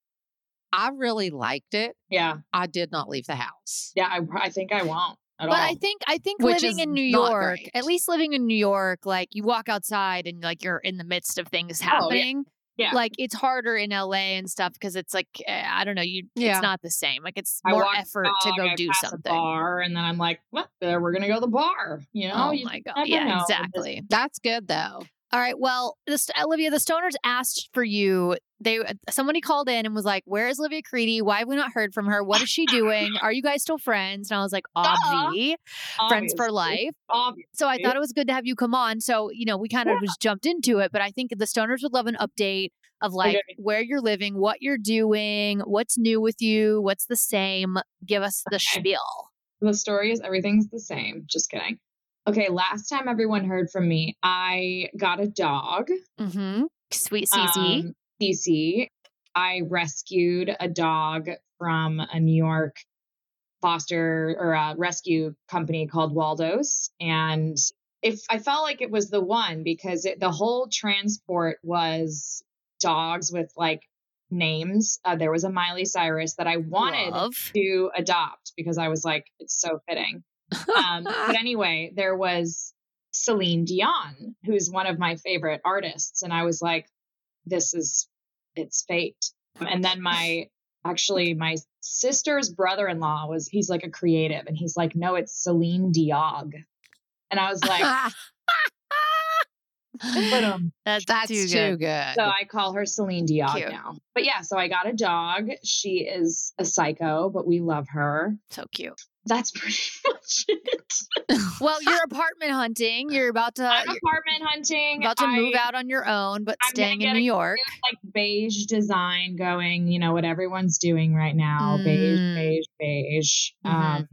S2: I really liked it.
S4: Yeah.
S2: I did not leave the house.
S4: Yeah. I, I think I won't at all.
S1: But I think I think
S2: Which is
S1: living in New
S2: not
S1: York,
S2: great.
S1: at least living in New York, like you walk outside and like you're in the midst of things happening.
S4: Yeah.
S1: Like it's harder in LA and stuff because it's like eh, I don't know, you
S2: Yeah.
S1: it's not the same. Like it's
S4: I
S1: more
S4: walk the
S1: effort to
S4: dog,
S1: go
S4: I
S1: do
S4: pass a
S1: something.
S4: bar, and then I'm like, what? There, we're gonna go to the bar. You know?
S1: Oh,
S4: You-
S1: my god.
S4: never know
S1: Yeah,
S4: with this-
S1: exactly.
S2: That's good though.
S1: All right. Well, this, Olivia, the Stoners asked for you. They uh, somebody called in and was like, "Where is Olivia Creedy? Why have we not heard from her? What is she doing? Are you guys still friends?" And I was like,
S4: Duh.
S1: "Obvi, friends for
S4: Obviously.
S1: life."
S4: Obvi-
S1: So I
S4: Right.
S1: thought it was good to have you come on. So, you know, we kind of just jumped into it, but I think the stoners would love an update of like
S4: Okay.
S1: where you're living, what you're doing, what's new with you, what's the same. Give us the
S4: Okay.
S1: spiel.
S4: The story is everything's the same. Just kidding. Okay, last time everyone heard from me, I got a dog.
S1: Mm-hmm. Sweet CC.
S4: um, Cece. I rescued a dog from a New York foster or uh rescue company called Waldo's, and if I felt like it was the one because it, the whole transport was dogs with like names. Uh, there was a Miley Cyrus that I wanted
S1: Love.
S4: to adopt because I was like, it's so fitting. Um, but anyway, there was Celine Dion, who's one of my favorite artists. And I was like, this is, it's fate. And then my, actually, my sister's brother in law was, he's like a creative and he's like, no, it's Celine Diog. And I was like, but, um,
S1: That's,
S2: That's
S1: too good.
S2: too good.
S4: so I call her Celine Diog
S1: Cute.
S4: now. But yeah, so I got a dog. She is a psycho, but we love her.
S1: So cute.
S4: That's pretty much it.
S1: Well, you're apartment hunting. You're about to
S4: I'm
S1: you're
S4: Uh, apartment hunting.
S1: about to
S4: I-
S1: move out on your own, but
S4: I'm gonna
S1: staying in
S4: get
S1: New
S4: a
S1: York.
S4: Like beige design going, you know, what everyone's doing right now. Beige,
S1: Mm.
S4: beige, beige.
S1: Mhm.
S4: Um,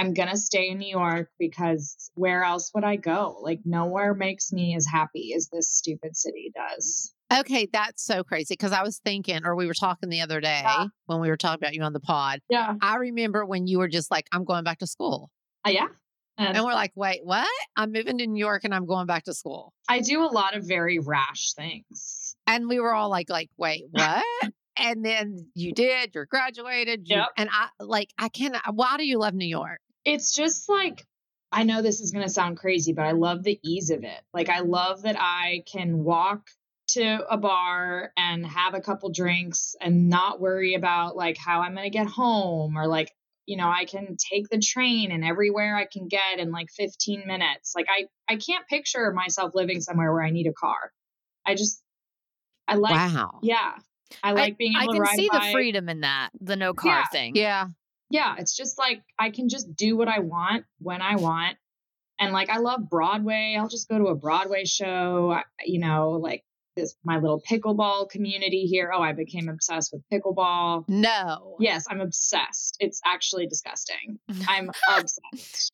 S4: I'm going to stay in New York because where else would I go? Like, nowhere makes me as happy as this stupid city does.
S2: Okay, that's so crazy because I was thinking, or we were talking the other day
S4: Yeah.
S2: when we were talking about you on the pod.
S4: Yeah.
S2: I remember when you were just like, I'm going back to school.
S4: Uh, yeah.
S2: And we're like, wait, what? I'm moving to New York and I'm going back to school.
S4: I do a lot of very rash things.
S2: And we were all like, like, wait, what? and then you did, you're graduated. you-
S4: Yep.
S2: And I like, I can't, uh, why do you love New York?
S4: it's just like I know this is going to sound crazy, but I love the ease of it. Like I love that I can walk to a bar and have a couple drinks and not worry about like how I'm going to get home or like you know, I can take the train and everywhere I can get in like 15 minutes. Like I I can't picture myself living somewhere where I need a car. I just I like
S2: wow.
S4: yeah. I like being
S1: I
S4: able to
S1: can
S4: ride
S1: see
S4: bike.
S1: the freedom in that, the no car
S4: Yeah.
S1: thing.
S2: Yeah.
S4: yeah, it's just like I can just do what I want when I want. And like I love Broadway. I'll just go to a Broadway show, I- you know, like this my little pickleball community here. Oh, I became obsessed with pickleball.
S2: No.
S4: Yes, I'm obsessed. It's actually disgusting. I'm obsessed.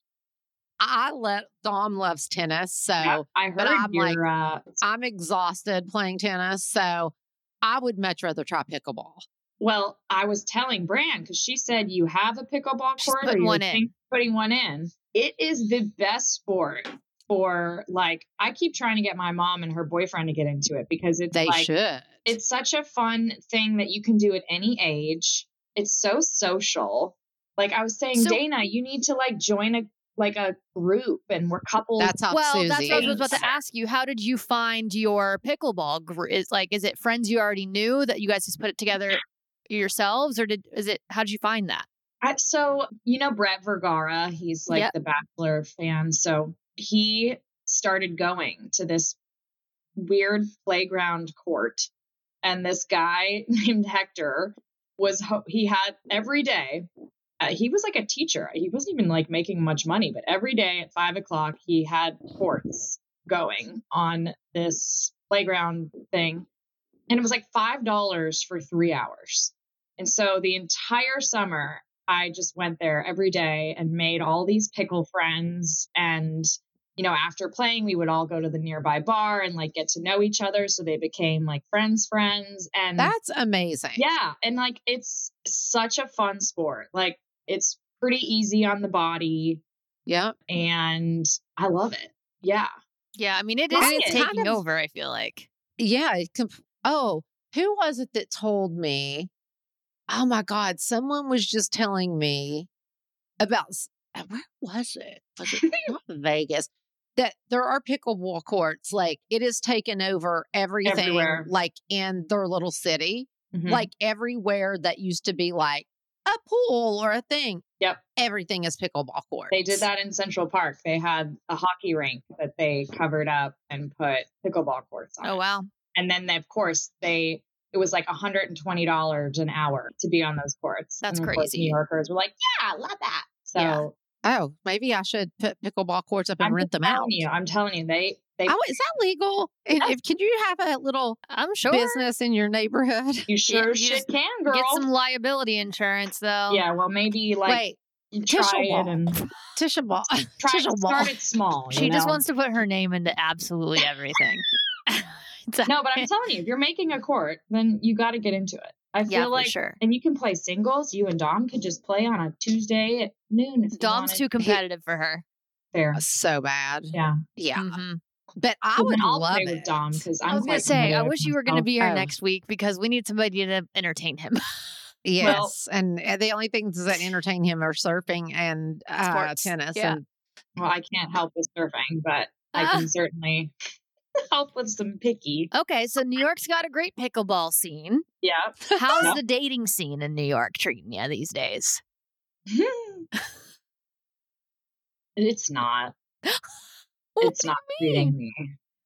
S2: I let, Dom loves tennis. So
S4: Yeah, I heard
S2: but I'm like-
S4: you're uh,
S2: I'm exhausted playing tennis. So I would much rather try pickleball.
S4: Well, I was telling Bran because she said you have a pickleball
S1: She's
S4: court. or
S1: putting
S4: you
S1: one
S4: think Putting one in. It is the best sport for like. I keep trying to get my mom and her boyfriend to get into it because it's
S2: They
S4: like
S2: should.
S4: it's such a fun thing that you can do at any age. It's so social. Like I was saying,
S1: So-
S4: Dana, you need to like join a like a group and we're couples.
S2: That's how
S1: well,
S2: Susie.
S1: that's what I was about
S4: Thanks.
S1: to ask you. How did you find your pickleball group? Is like, is it friends you already knew that you guys just put it together yourselves, or did is it? How did you find that?
S4: I, so you know Brett Vergara, he's like
S1: Yep.
S4: the Bachelor fan. So he started going to this weird playground court, and this guy named Hector was ho- he had every day. Uh, he was like a teacher. He wasn't even like making much money, but every day at five o'clock he had courts going on this playground thing, and it was like five dollars for three hours. And so the entire summer, I just went there every day and made all these pickle friends. And, you know, after playing, we would all go to the nearby bar and like get to know each other. So they became like friends, friends. And
S2: That's amazing.
S4: yeah. And like it's such a fun sport. Like it's pretty easy on the body.
S2: Yeah.
S4: And I love it. Yeah.
S1: Yeah, I mean, it
S4: Well,
S1: is
S4: and it's
S1: taking
S2: kind of-
S1: over. I feel like
S2: Yeah. it com- oh, who was it that told me? Oh my God. Someone was just telling me about s- uh, where was it? Was it not Vegas? That there are pickleball courts. Like it is taken over everything,
S4: Everywhere.
S2: like in their little city.
S4: Mhm.
S2: Like everywhere that used to be like a pool or a thing.
S4: Yep.
S2: Everything is pickleball courts.
S4: they did that in Central Park. They had a hockey rink that they covered up and put pickleball courts on.
S1: Oh wow.
S4: and then they, of course they it was like $120 an hour to be on those courts
S1: That's
S4: And of course,
S1: crazy.
S4: new yorkers were like yeah I love that so
S1: Yeah.
S2: Oh, maybe I should put pickleball courts up and
S4: I'm
S2: rent
S4: just
S2: them
S4: telling
S2: out.
S4: you i'm telling you they they
S2: Oh, is that legal? And if can you have a little
S1: I'm sure.
S2: business in your neighborhood?
S4: you sure
S1: you
S4: shit
S1: just
S4: can girl
S1: Get some liability insurance though.
S4: yeah well maybe like
S2: Wait,
S4: you try
S2: Tisha
S4: it
S2: Wall.
S4: and
S2: Tisha Ball.
S4: try
S2: Tisha
S4: to
S2: Wall.
S4: start it small you
S1: She just
S4: know?
S1: wants to put her name into absolutely everything. It's-
S4: no but i'm telling you if you're making a court then you got to get into it i feel
S1: yeah, for
S4: like
S1: sure.
S4: and you can play singles you and dom could just play on a tuesday at noon if you
S1: Dom's
S4: wanted.
S1: too competitive for her.
S4: fair
S2: uh, So bad.
S4: yeah
S2: Yeah.
S1: Mhm.
S2: But I
S4: Well,
S2: would
S4: then I'll
S2: love
S4: play
S2: it.
S4: with Dom because I'm
S1: I was
S4: going
S1: gonna say, I wish you were gonna be here
S2: Oh.
S1: next week because we need somebody to entertain him.
S2: Yes. and uh, the only things that entertain him are surfing and uh,
S1: Sports.
S2: tennis.
S1: Yeah.
S2: And
S4: Well, I can't help with surfing, but I
S1: Ah.
S4: can certainly help with some picky.
S1: Okay, so New York's got a great pickleball scene.
S4: Yeah.
S1: How's
S4: Yep.
S1: the dating scene in New York treating you these days?
S4: it's not.
S1: What
S4: it's
S1: do
S4: not
S1: you mean?
S4: treating me.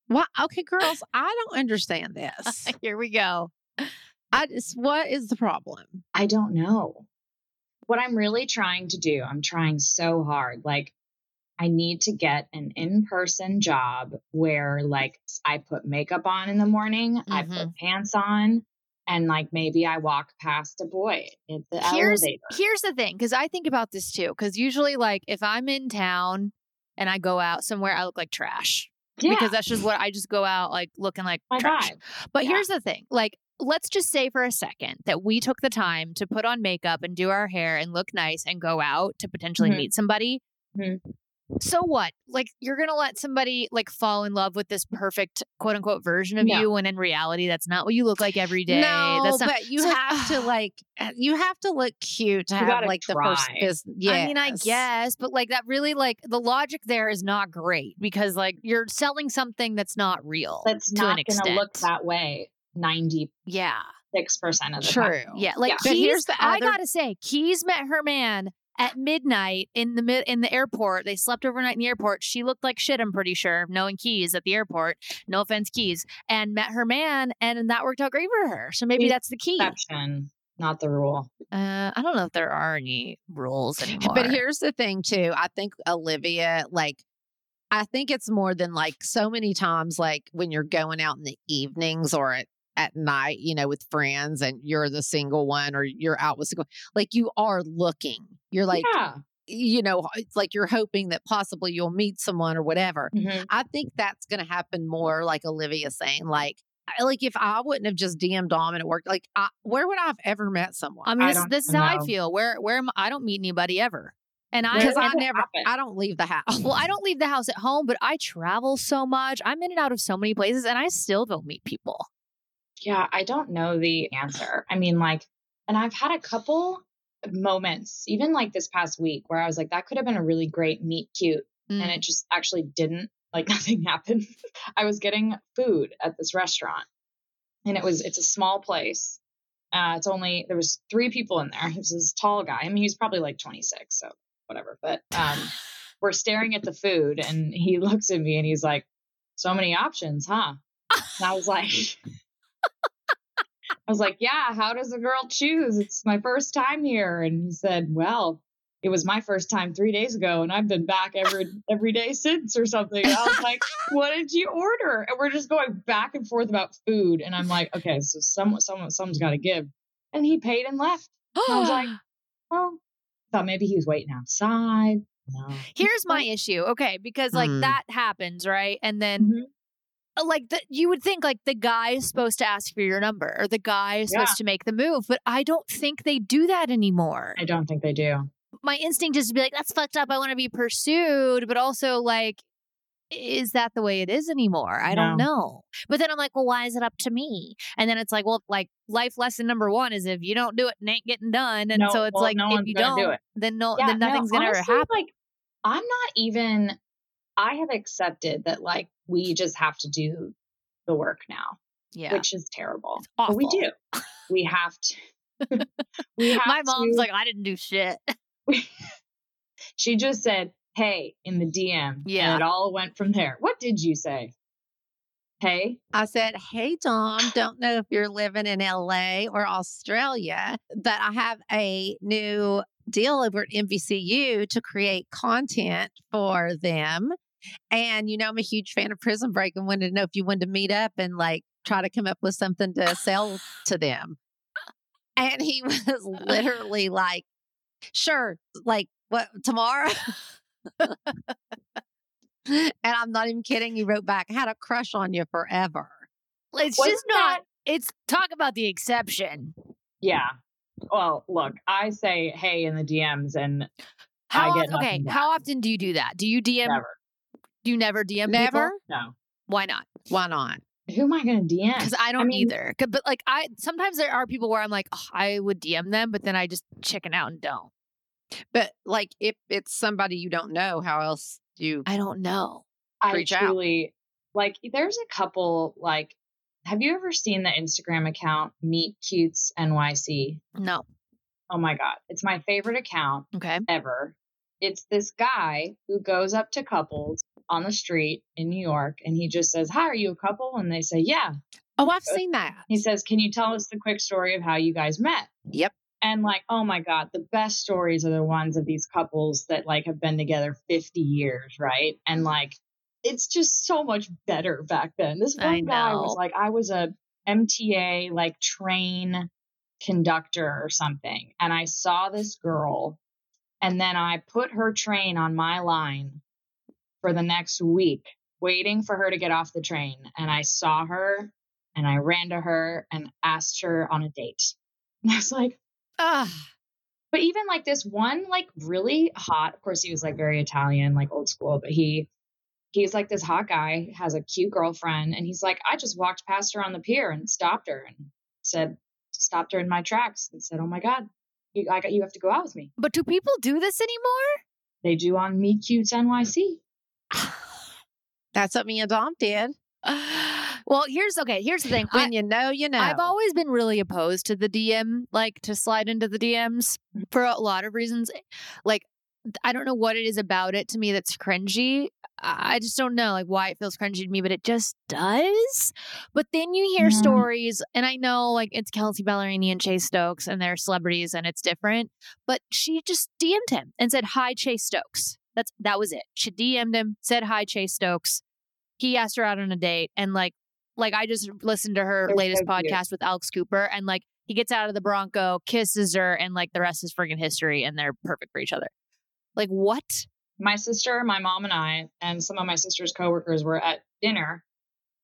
S2: why okay, girls, I don't understand this.
S1: Here we go.
S2: I just what is the problem?
S4: I don't know. What I'm really trying to do, I'm trying so hard. Like, I need to get an in person job where, like, I put makeup on in the morning, I put pants on, and, like, maybe I walk past a boy at the
S1: here's
S4: elevator.
S1: here's the thing because i think about this too because usually like if i'm in town and i go out somewhere i look like trash
S4: Yeah,
S1: because that's just what i just go out like looking like
S4: my
S1: trash
S4: vibe.
S1: but
S4: yeah.
S1: here's the thing like let's just say for a second that we took the time to put on makeup and do our hair and look nice and go out to potentially
S4: Mhm.
S1: meet somebody
S4: Mhm.
S1: Mm-hmm. so what like you're gonna let somebody like fall in love with this perfect quote unquote version of
S4: No.
S1: you when in reality that's not what you look like every day
S2: No,
S1: that's not
S2: but you
S1: it's like,
S2: have to like uh, you have to look cute to
S4: You
S2: have
S4: gotta
S2: like the first
S4: try.
S2: business. Yeah,
S1: I mean, I guess, but like that really, like the logic there is not great because like you're selling something that's not real.
S4: that's
S1: to an
S4: not going to look
S1: extent.
S4: that way 96%
S1: Yeah,
S4: of the time.
S2: True.
S1: yeah. Like
S4: Oh, Yeah.
S2: But
S1: Keys,
S2: here's the
S1: I
S2: other-
S1: gotta say, Keys met her man at midnight in the mid in the airport. They slept overnight in the airport. She looked like shit. I'm pretty sure, knowing Keys at the airport. No offense, Keys, and met her man, and that worked out great for her. So maybe
S4: Keys-
S1: that's the key. Uh,
S4: Exception, not the rule.
S1: I don't know if there are any rules anymore.
S2: But here's the thing, too. I think Olivia, like, I think it's more than like so many times, like when you're going out in the evenings or at, at night, you know, with friends and you're the single one or you're out with single, like you are looking. You're like,
S4: yeah.
S2: you know, it's like you're hoping that possibly you'll meet someone or whatever.
S4: Mhm.
S2: I think that's going to happen more, like Olivia saying, like, I- like if I wouldn't have just DM'd Dom and it worked, like I, where would I have ever met someone?
S1: I mean,
S4: I
S1: this,
S4: don't
S1: this is how I
S4: know.
S1: feel. Where where am I don't meet anybody ever, and I
S2: because
S4: Where-
S2: I
S4: never
S2: never,
S4: happened.
S2: I don't leave the house.
S1: well, I don't leave the house at home, but I travel so much. I'm in and out of so many places, and I still don't meet people.
S4: Yeah, I don't know the answer. I mean, like, and I've had a couple moments, even like this past week, where I was like, that could have been a really great meet cute. And it just actually didn't, like, nothing happened. I was getting food at this restaurant, and it was, it's a small place. Uh, it's only, there was three people in there. He was this tall guy. I mean, he's probably like 26, so whatever. But um, we're staring at the food, and he looks at me and he's like, so many options, huh? And I was like, I was like, Yeah, how does a girl choose? It's my first time here. And he said, Well, it was my first time three days ago, and I've been back every every day since or something. And I was like, What did you order? And we're just going back and forth about food. And I'm like, Okay, so someone someone someone's gotta give. And he paid and left. I was like, Oh, thought maybe he was waiting outside. No.
S1: Here's my issue, okay? Because like
S4: Hmm.
S2: Mm.
S1: that happens, right? And then
S4: Mhm.
S1: uh, like the, you would think like the guy is supposed to ask for your number or the guy is
S4: Yeah.
S1: supposed to make the move, but I don't think they do that anymore.
S4: I don't think they do.
S1: My instinct is to be like, "That's fucked up. I want to be pursued," but also like, is that the way it is anymore? I don't
S4: No.
S1: know. But then I'm like, well, why is it up to me? And then it's like, well, like life lesson number one is if you don't do it, it ain't getting done. And
S4: No,
S1: so it's
S4: well,
S1: like
S4: no
S1: if
S4: one's
S1: you
S4: gonna
S1: don't,
S4: do it.
S1: then no, Oh, then
S4: no,
S1: nothing's gonna
S4: honestly,
S1: ever happen.
S4: Like, I'm not even. I have accepted that like we just have to do the work now,
S1: yeah,
S4: which is terrible.
S1: It's
S4: But we
S1: awful.
S4: do. We have to. we have
S1: my mom's
S4: to-
S1: like, I didn't do shit.
S4: she just said, "Hey" in the DM.
S1: Yeah.
S4: and it all went from there. What did you say? Hey,
S2: I said, Hey, Dom, don't know if you're living in LA or Australia, but I have a new deal over at NBCU to create content for them. And, you know, I'm a huge fan of Prison Break and wanted to know if you wanted to meet up and like try to come up with something to sell to them. And he was literally like, Sure, like what tomorrow? and I'm not even kidding. He wrote back, had a crush on you forever.
S1: It's
S4: Wasn't
S1: just not. It's talk about the exception.
S4: yeah. Well, look, I say "Hey" in the DMs, and
S1: How
S4: get
S1: often, okay?
S4: nothing back.
S1: How often do you do that? Do you DM?
S4: never,
S1: Do you never DM?
S2: Never?
S1: people?
S4: no.
S1: Why not?
S2: Why not?
S4: Who am I going to DM?
S1: Because I don't
S4: mean-
S1: either. 'Cause- But like I sometimes there are people where I'm like "Ugh, I would DM them, but then I just chicken out and don't.
S2: But like, if it's somebody you don't know, how else do you?
S1: I don't know.
S4: I
S2: reach out.
S4: truly like there's a couple like have you ever seen the Instagram account Meet Cutes NYC?
S1: No.
S4: Oh my god, it's my favorite account
S1: Okay.
S2: Mm-hmm.
S4: ever. It's this guy who goes up to couples on the street in New York and he just says, "Hi, are you a couple?" and they say, "Yeah."
S2: Oh, I've seen that.
S4: He says, "Can you tell us the quick story of how you guys met?"
S2: Yep.
S4: And like, oh my god, the best stories are the ones of these couples that like have been together 50 years, right? And like it's just so much better back then. This
S1: I
S4: one guy
S1: know.
S4: was like I was a MTA like train conductor or something and I saw this girl and then I put her train on my line for the next week waiting for her to get off the train and I saw her and I ran to her and asked her on a date. And I was like
S1: Ugh.
S4: but even like this one like really hot of course he was like very italian like old school but he he's like this hot guy has a cute girlfriend and he's like i just walked past her on the pier and stopped her and said stopped her in my tracks and said oh my god you i got you have to go out with me
S1: But do people do this anymore?
S4: they do on meet cutes nyc
S2: That's what me and Dom did.
S1: well, here's okay. Here's the thing. I-
S2: When you know, you know.
S1: I've always been really opposed to the DM, like to slide into the DMs
S2: Mm.
S1: for a lot of reasons. Like, th- I don't know what it is about it to me that's cringy. I I just don't know, like, why it feels cringy to me, but it just does. But then you hear
S4: Mm.
S1: stories, and I know, like, it's Kelsey Ballerini and Chase Stokes, and they're celebrities, and it's different. But she just DM'd him and said, "Hi, Chase Stokes." That's that was it. She DM'd him, said, "Hi, Chase Stokes." He asked her out on a date, and like like I just listened to her
S4: They're
S1: latest
S4: so cute.
S1: podcast with Alex Cooper, and like he gets out of the Bronco, kisses her, and like the rest is friggin' history, and they're perfect for each other. Like what?
S4: my sister, my mom, and I, and some of my sister's coworkers were at dinner,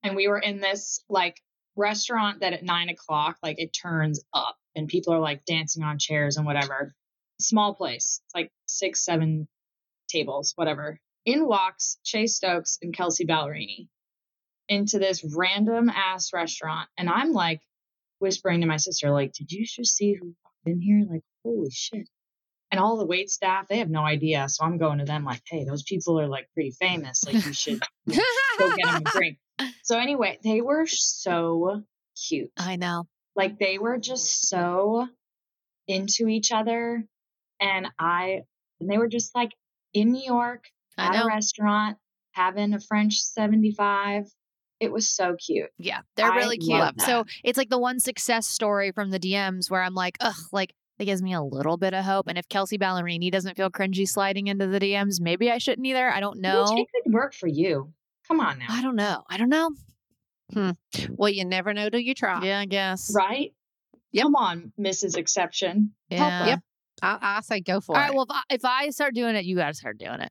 S4: and we were in this like restaurant that at nine o'clock, like it turns up and people are like dancing on chairs and whatever. Small place, it's like six, seven tables, whatever. In walks Shay Stokes and Kelsey Ballerini into this random ass restaurant. And I'm like whispering to my sister, like, did you just see who walked in here? Like, holy shit. And all the wait staff, they have no idea. So I'm going to them like, hey, those people are like pretty famous. Like you should go get them a drink. So anyway, they were so cute.
S1: I know.
S4: Like they were just so into each other. And I and they were just like in New York
S1: I
S4: at a
S1: know.
S4: restaurant having a French 75. It was so cute.
S1: Yeah, they're
S4: I
S1: really cute.
S4: love that.
S1: So it's like the one success story from the DMs where I'm like, ugh, like it gives me a little bit of hope. And if Kelsey Ballerini doesn't feel cringy sliding into the DMs, maybe I shouldn't either. I don't
S4: Which
S1: know.
S4: it could work for you. Come on now.
S1: I don't know. I don't know.
S2: Well, you never know till you try.
S1: Yeah, I guess.
S4: Right?
S2: Yep.
S4: Come on, Mrs. Exception. Help
S1: Yeah.
S4: her.
S2: Yep. I, I say go for
S1: All right.
S2: it.
S1: Well, if I, if I start doing it, you gotta start doing it.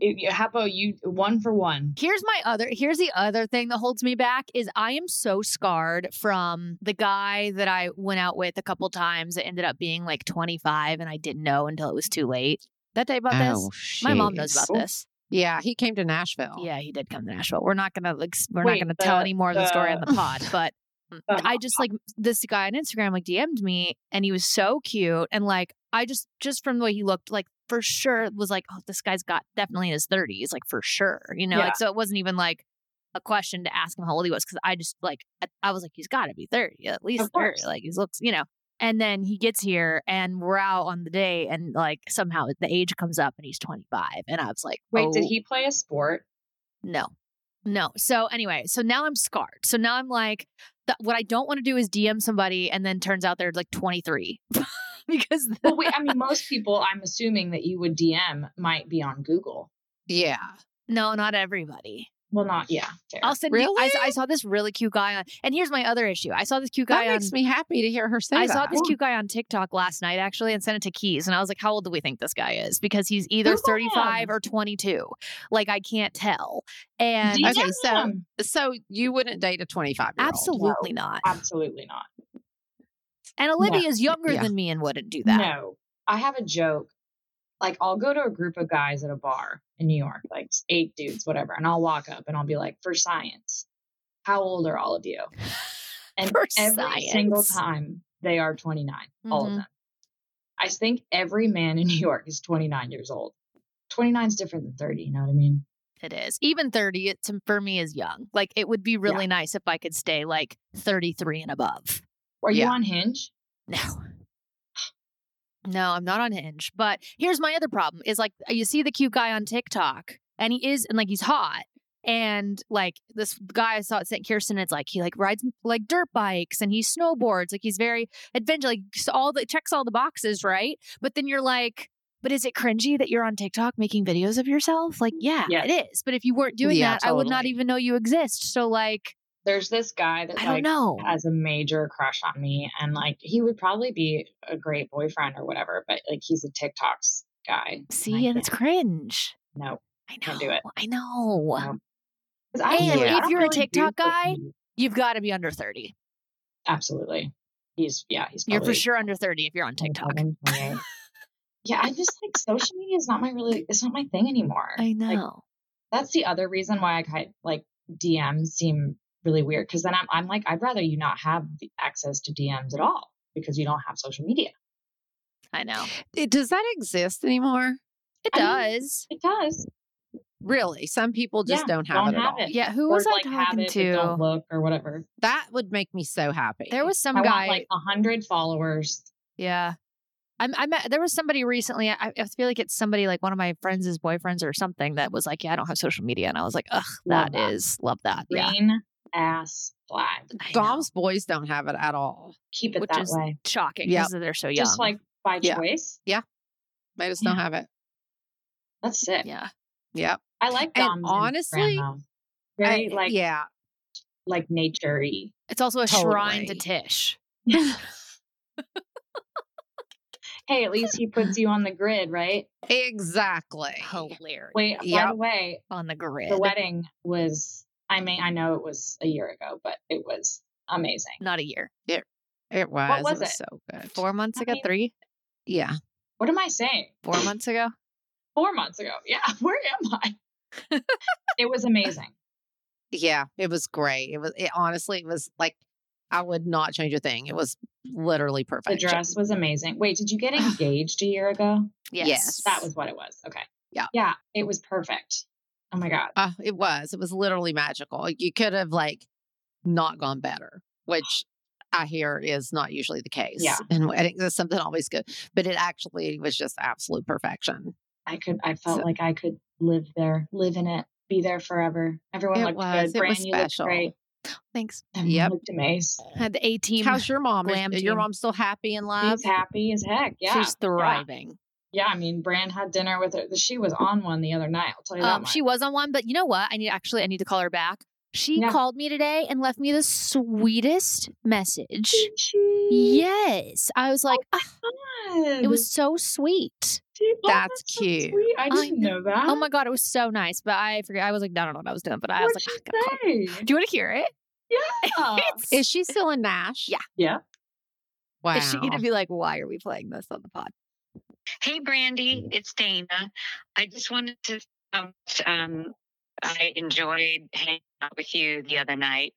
S4: If you- How about you one for one?
S1: Here's my other here's the other thing that holds me back is I am so scarred from the guy that I went out with a couple times that ended up being like 25 and I didn't know until it was too late. That day about this. My mom knows
S2: jeez.
S1: about this.
S2: Yeah, he came to Nashville.
S1: Yeah, he did come to Nashville. We're not gonna like, s- we're
S4: Wait,
S1: not gonna tell
S4: the-
S1: any more of the story on the
S4: the-
S1: pod, but I just like this guy on Instagram like DM'd me and he was so cute and like I just just from the way he looked like for sure was like oh this guy's got definitely in his 30s like for sure you know
S4: Yeah.
S1: like so it wasn't even like a question to ask him how old he was cuz I just like I, I was like he's got to be 30 at least 30
S4: course.
S1: like he looks you know and then he gets here and we're out on the day and like somehow the age comes up and he's 25 and I was like
S4: Wait,
S1: oh.
S4: did he play a sport?
S1: No. No. So anyway, so now I'm scarred. So now I'm like, th- what I don't want to do is DM somebody and then turns out they're like 23 because th-
S4: Well, wait, I mean, most people I'm assuming that you would DM might be on Google.
S2: Yeah.
S1: no, not everybody.
S4: Well, not, yeah. Fair.
S1: I'll send you. I, s- I
S2: Really?
S1: saw this really cute guy on, and here's my other issue. I saw this cute guy
S2: that
S1: on.
S2: makes me happy to hear her say
S1: I
S2: that.
S1: saw this cute guy on TikTok last night actually and sent it to Keys and I was like how old do we think this guy is because he's either
S4: Google
S1: 35
S4: him.
S1: or 22 like I can't tell and
S4: DM
S2: okay, so-
S4: him.
S2: So you wouldn't date a 25 year old.
S1: absolutely not
S4: Absolutely not.
S1: and Olivia is younger
S2: Yeah.
S1: than me and wouldn't do that
S4: No, I have a joke. Like, I'll go to a group of guys at a bar in New York, like eight dudes, whatever, and I'll walk up and I'll be like, for science, how old are all of you? And
S1: For
S4: every single
S1: science.
S4: time they are 29, all of
S1: Mhm.
S4: them. I think every man in New York is 29 years old. 29 is different than 30, you know what I mean?
S1: it is. Even 30 it, to, for me is young. Like it would be really nice if I could stay like 33 and above.
S4: Are you
S2: Yeah.
S4: on Hinge?
S1: No. No, I'm not on Hinge. But here's my other problem is like you see the cute guy on TikTok and he is and like he's hot. And like this guy I saw at St. Kirsten, it's like he like rides like dirt bikes and he snowboards. Like he's very adventure, like s- all the checks all the boxes, right? But then you're like, but is it cringy that you're on TikTok making videos of yourself? Like, yeah,
S4: Yeah.
S1: it is. But if you weren't doing
S2: Yeah,
S1: that, I would not
S2: totally.
S1: even know you exist. So like,
S4: There's this guy that
S1: I
S4: like,
S1: don't know.
S4: has a major crush on me and like he would probably be a great boyfriend or whatever but like he's a tiktoks guy
S1: See, and it's cringe.
S4: no
S1: I know.
S4: Can't do it.
S1: I know.
S4: No. 'Cause I
S1: And
S4: really- I
S1: if
S4: don't
S1: you're a
S4: really do
S1: TikTok
S4: social
S1: guy,
S4: media.
S1: You've got to be under 30.
S4: absolutely he's yeah he's
S1: You're for
S4: probably
S1: sure under 30 if you're on TikTok.
S4: 27, 28. yeah i just like social media is not my really it's not my thing anymore
S1: I
S4: Like,
S1: know.
S4: that's the other reason why I kind like DMs seem really weird because then I'm I'm like I'd rather you not have the access to DMs at all because you don't have social media.
S1: I know.
S2: It- Does that exist anymore?
S1: It
S4: I mean,
S1: does.
S4: It does.
S2: Really? Some people just
S4: Yeah,
S2: don't have
S4: don't
S2: it at
S4: have
S2: all.
S4: it.
S1: yeah, who
S4: Or,
S1: was I
S4: like, have
S1: talking
S4: it, but
S1: to?
S4: Don't look or whatever.
S2: That would make me so happy.
S1: There was some
S4: I
S1: guy.
S4: want like a hundred followers.
S1: yeah. I'm, I met, there was somebody recently. I, I feel like it's somebody like one of my friends' boyfriends or something that was like, Yeah, I don't have social media. And I was like, Ugh,
S4: Love
S1: that
S4: that.
S1: is, love that. Yeah.
S4: Green ass flag.
S1: I know.
S2: Dom's boys don't have it at all.
S4: Keep it
S1: Which
S4: that
S1: is
S4: way.
S1: Shocking
S2: Yep.
S1: because they're so young.
S4: Just like by
S2: Yeah.
S4: choice.
S2: They just don't
S4: Yeah.
S2: have it.
S4: That's sick.
S1: yeah.
S2: Yep.
S4: I like
S2: And
S4: Dom's Instagram,
S2: honestly,
S4: though. very
S2: I-
S4: like
S2: yeah.
S4: like nature-y.
S1: It's also a shrine to
S2: Totally.
S1: Tish.
S4: Hey, at least he puts you on the grid, right?
S2: Exactly.
S1: Hilarious.
S4: Wait, by
S2: Yep.
S4: the way,
S1: On the grid.
S4: the wedding was I mean, I know it was a year ago, but it was amazing.
S1: Not a year.
S2: It was.
S4: was
S2: was
S4: it?
S2: so good.
S1: Four months
S4: I
S1: ago,
S4: mean-
S1: three,
S2: Yeah.
S4: What am I saying?
S1: four months ago.
S4: Four months ago. Yeah, where am I? it was amazing.
S2: Yeah. It was great. It was it, honestly, it was like I would not change a thing. It was literally
S4: The
S2: perfect.
S4: dress was amazing. Wait, did you get engaged a year ago?
S1: Yes.
S2: Yes.
S4: That was what it was. Okay.
S2: Yeah.
S4: Yeah, it was perfect. Oh my God.
S2: Uh, it was. It was literally magical. You could have like not gone better, which I hear is not usually the case.
S4: Yeah.
S2: And I think that's something always good. But it actually was just absolute perfection.
S4: I could, I felt
S2: So-
S4: like I could live there, live in it, be there forever. Everyone
S2: It
S4: looked
S2: was.
S4: good.
S2: It was
S4: Brand, you looked
S2: special.
S4: great.
S1: Thanks.
S4: Everyone
S2: Yep.
S4: looked amazed.
S1: Had the A team.
S2: How's your mom? Is-
S1: glam
S2: Is, your
S1: team.
S2: mom still happy and love?
S4: She's happy as heck. Yeah.
S2: She's thriving.
S4: Yeah. I mean, Brand had dinner with her. She was on one the other night. I'll tell you that
S1: Um,
S4: much.
S1: she was on one, but you know what? I need actually I need to call her back. She
S4: Yeah.
S1: called me today and left me the sweetest message.
S4: Did she?
S1: Yes, I was like, "Ah,
S4: God.
S1: it was so sweet.
S4: She- oh,
S2: That's
S4: so
S2: cute.
S4: sweet. I
S1: I
S4: didn't know. that.
S1: Oh my god, it was so nice. But I forget. I was like, no, I don't know what I was doing. But I was
S4: What'd
S1: like, "Ah,
S4: she
S1: gotta call."
S4: say?
S1: do you want to hear it?
S4: Yeah.
S1: It's-
S2: Is she still in Nash?
S1: Yeah.
S4: Yeah.
S2: Wow.
S1: Is she going to be like, why are we playing this on the pod?
S5: Hey, Brandy, it's Dana. I just wanted to. Um, um, I enjoyed hanging out with you the other night.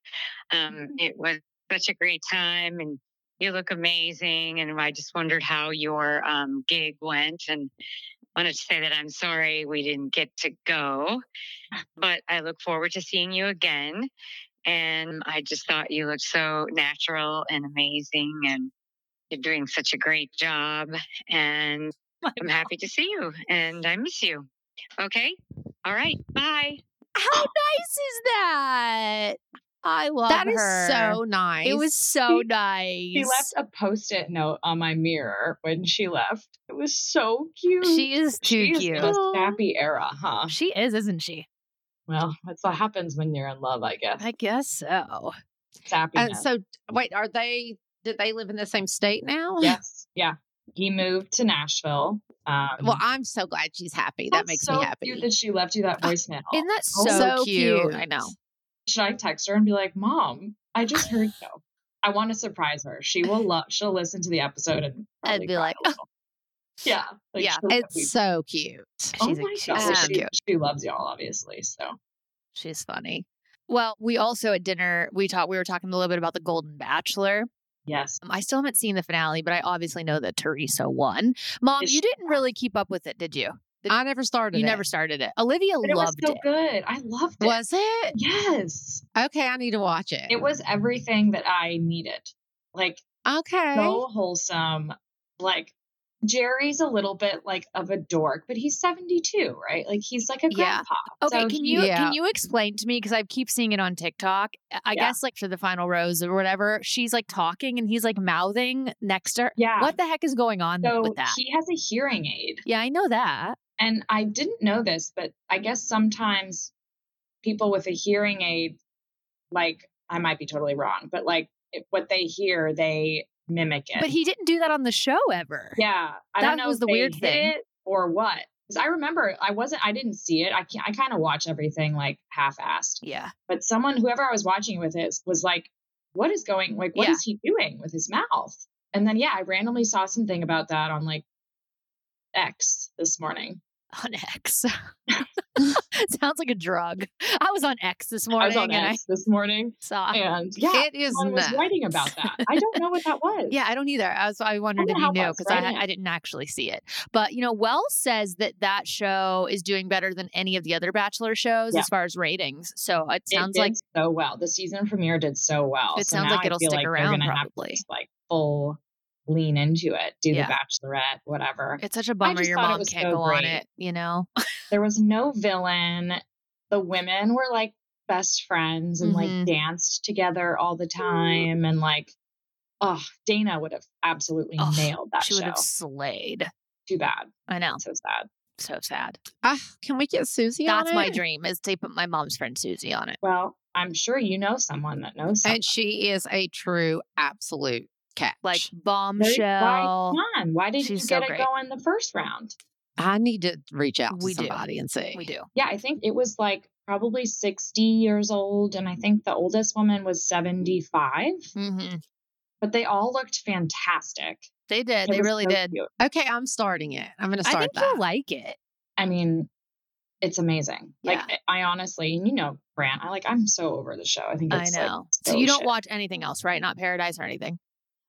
S5: Um, it was such a great time, and you look amazing. And I just wondered how your um, gig went, and wanted to say that I'm sorry we didn't get to go, but I look forward to seeing you again. And I just thought you looked so natural and amazing, and you're doing such a great job. And I'm happy to see you and I miss you. Okay. All right. Bye.
S1: How nice is that? I love
S2: That is
S1: her.
S2: so nice.
S1: It was so
S4: She-
S1: nice.
S4: She left a post-it note on my mirror when she left. It was so cute.
S1: Mm-hmm. She is too
S4: She's
S1: cute.
S4: The sappy era, huh?
S1: Oh, She is, isn't she?
S4: Well, that's what happens when you're in love, I guess.
S1: I guess so.
S4: Sappiness.
S2: And uh, so, wait, are they? Did they live in the same state now?
S4: yes, yeah. He moved to Nashville. Um,
S2: Well, I'm so glad she's happy. That
S4: that's
S2: makes
S4: so
S2: me
S4: Cute
S2: happy.
S4: that she left you that
S1: Uh,
S4: voicemail.
S1: Isn't that so,
S4: Oh,
S2: so
S1: cute?
S2: cute. I know.
S4: Should I text her and be like, "Mom, I just heard you." I want to surprise her. She will love. She'll listen to the episode and
S1: I'd
S4: probably
S1: be
S4: cry
S1: like, "Oh."
S4: a little. "Yeah, like,
S1: Yeah,
S4: she'll love you.
S2: It's so cute.
S4: Oh
S1: She's, a-
S4: my
S1: she's
S4: gosh,
S1: so
S2: um,
S1: cute.
S4: she, she loves y'all, obviously. So
S1: She's funny. Well, we also at dinner we talked. We were talking a little bit about the Golden Bachelor.
S4: yes,
S1: Um, I still haven't seen the finale, but I obviously know that Teresa won. Mom,
S4: Is
S1: you
S4: she-
S1: didn't really keep up with it, did you?
S2: I never started.
S1: You
S2: it.
S1: never started it. Olivia
S4: but it was
S1: loved
S4: so
S1: it.
S4: good. I loved it.
S2: Was it?
S4: yes,
S2: Okay, I need to watch it.
S4: it was everything that I needed. Like
S2: okay.
S4: so wholesome. Like Jerry's a little bit like of a dork, but he's seventy two, right? Like he's like a
S1: Yeah.
S4: grandpa.
S1: Okay,
S4: So
S1: can you
S2: Yeah.
S1: can you explain to me because I keep seeing it on TikTok. I- I
S4: Yeah.
S1: guess like for the final rose or whatever, she's like talking and he's like mouthing next to her.
S4: Yeah.
S1: What the heck is going on
S4: So
S1: with that?
S4: he has a hearing aid.
S1: yeah, I know that.
S4: And I didn't know this, but I guess sometimes people with a hearing aid, like I might be totally wrong, but like if, what they hear, they mimic it.
S1: But he didn't do that on the show ever.
S4: Eh. yeah, I
S1: that
S4: don't know
S1: was
S4: if
S1: the
S4: they
S1: weird
S4: hid
S1: thing.
S4: it or what. 'Cause I remember I wasn't, I didn't see it. I can I kind of watch everything like half-assed.
S1: Yeah.
S4: But someone, whoever I was watching it with, is was like, "What is going? Like, what is
S1: Yeah.
S4: he doing with his mouth?" And then yeah, I randomly saw something about that on like X this morning.
S1: On X. Sounds like a drug. I was on X this morning
S4: I was on
S1: and
S4: X this morning,
S1: I saw
S4: and yeah,
S2: it is
S4: someone was
S2: nuts.
S4: writing about that. I don't know what that was.
S1: Yeah, I don't either. I was I wondered
S4: wonder
S1: if you
S4: how
S1: knew
S4: Wells
S1: because I
S4: read it.
S1: I didn't actually see it. But you know, Wells says that that show is doing better than any of the other Bachelor shows
S4: Yeah.
S1: as far as ratings. So it
S4: it
S1: sounds
S4: did
S1: like
S4: so well. The season premiere did so well.
S1: It
S4: so
S1: sounds
S4: now
S1: like
S4: I
S1: it'll
S4: feel
S1: stick
S4: like they're
S1: around,
S4: gonna have to
S1: probably.
S4: just, like full lean into it. Do
S1: Yeah.
S4: the Bachelorette, whatever.
S1: it's such a bummer
S4: just
S1: your
S4: thought it
S1: mom
S4: was
S1: can't
S4: so
S1: go on
S4: great.
S1: it. You know,
S4: there was no villain. The women were like best friends and
S1: Mhm.
S4: like danced together all the time. And like, oh, Dana would have absolutely
S1: Ugh,
S4: nailed that
S1: she
S4: show.
S1: would have slayed.
S4: Too bad.
S1: I know,
S4: So sad.
S1: so sad.
S2: Ah, can we get Susie on
S1: That's my
S2: it?
S1: dream is to put my mom's friend Susie on it.
S4: Well, I'm sure you know someone that knows someone.
S2: And she is a true absolute catch.
S1: Like
S4: Very- why-
S1: bombshell.
S4: Come on. Why did you
S1: She's
S4: get
S1: so
S4: it
S1: great.
S4: going the first round?
S2: I need to reach out to
S1: We do.
S2: somebody and see.
S1: We do.
S4: Yeah, I think it was like probably 60 years old. And I think the oldest woman was 75,
S1: Mm-hmm.
S4: but they all looked fantastic.
S1: They did.
S4: It
S1: They
S4: was
S1: really
S4: so
S1: did.
S4: cute.
S2: Okay, I'm starting it. I'm going to
S1: I
S2: start
S1: think
S2: that.
S1: you'll like it.
S4: I mean, it's amazing.
S1: Yeah.
S4: Like, I I honestly, and you know, Brant, I like, I'm so over the show. I think
S1: I
S4: it's like,
S1: know. so you don't
S4: shit.
S1: watch anything else, right? Not Paradise or anything.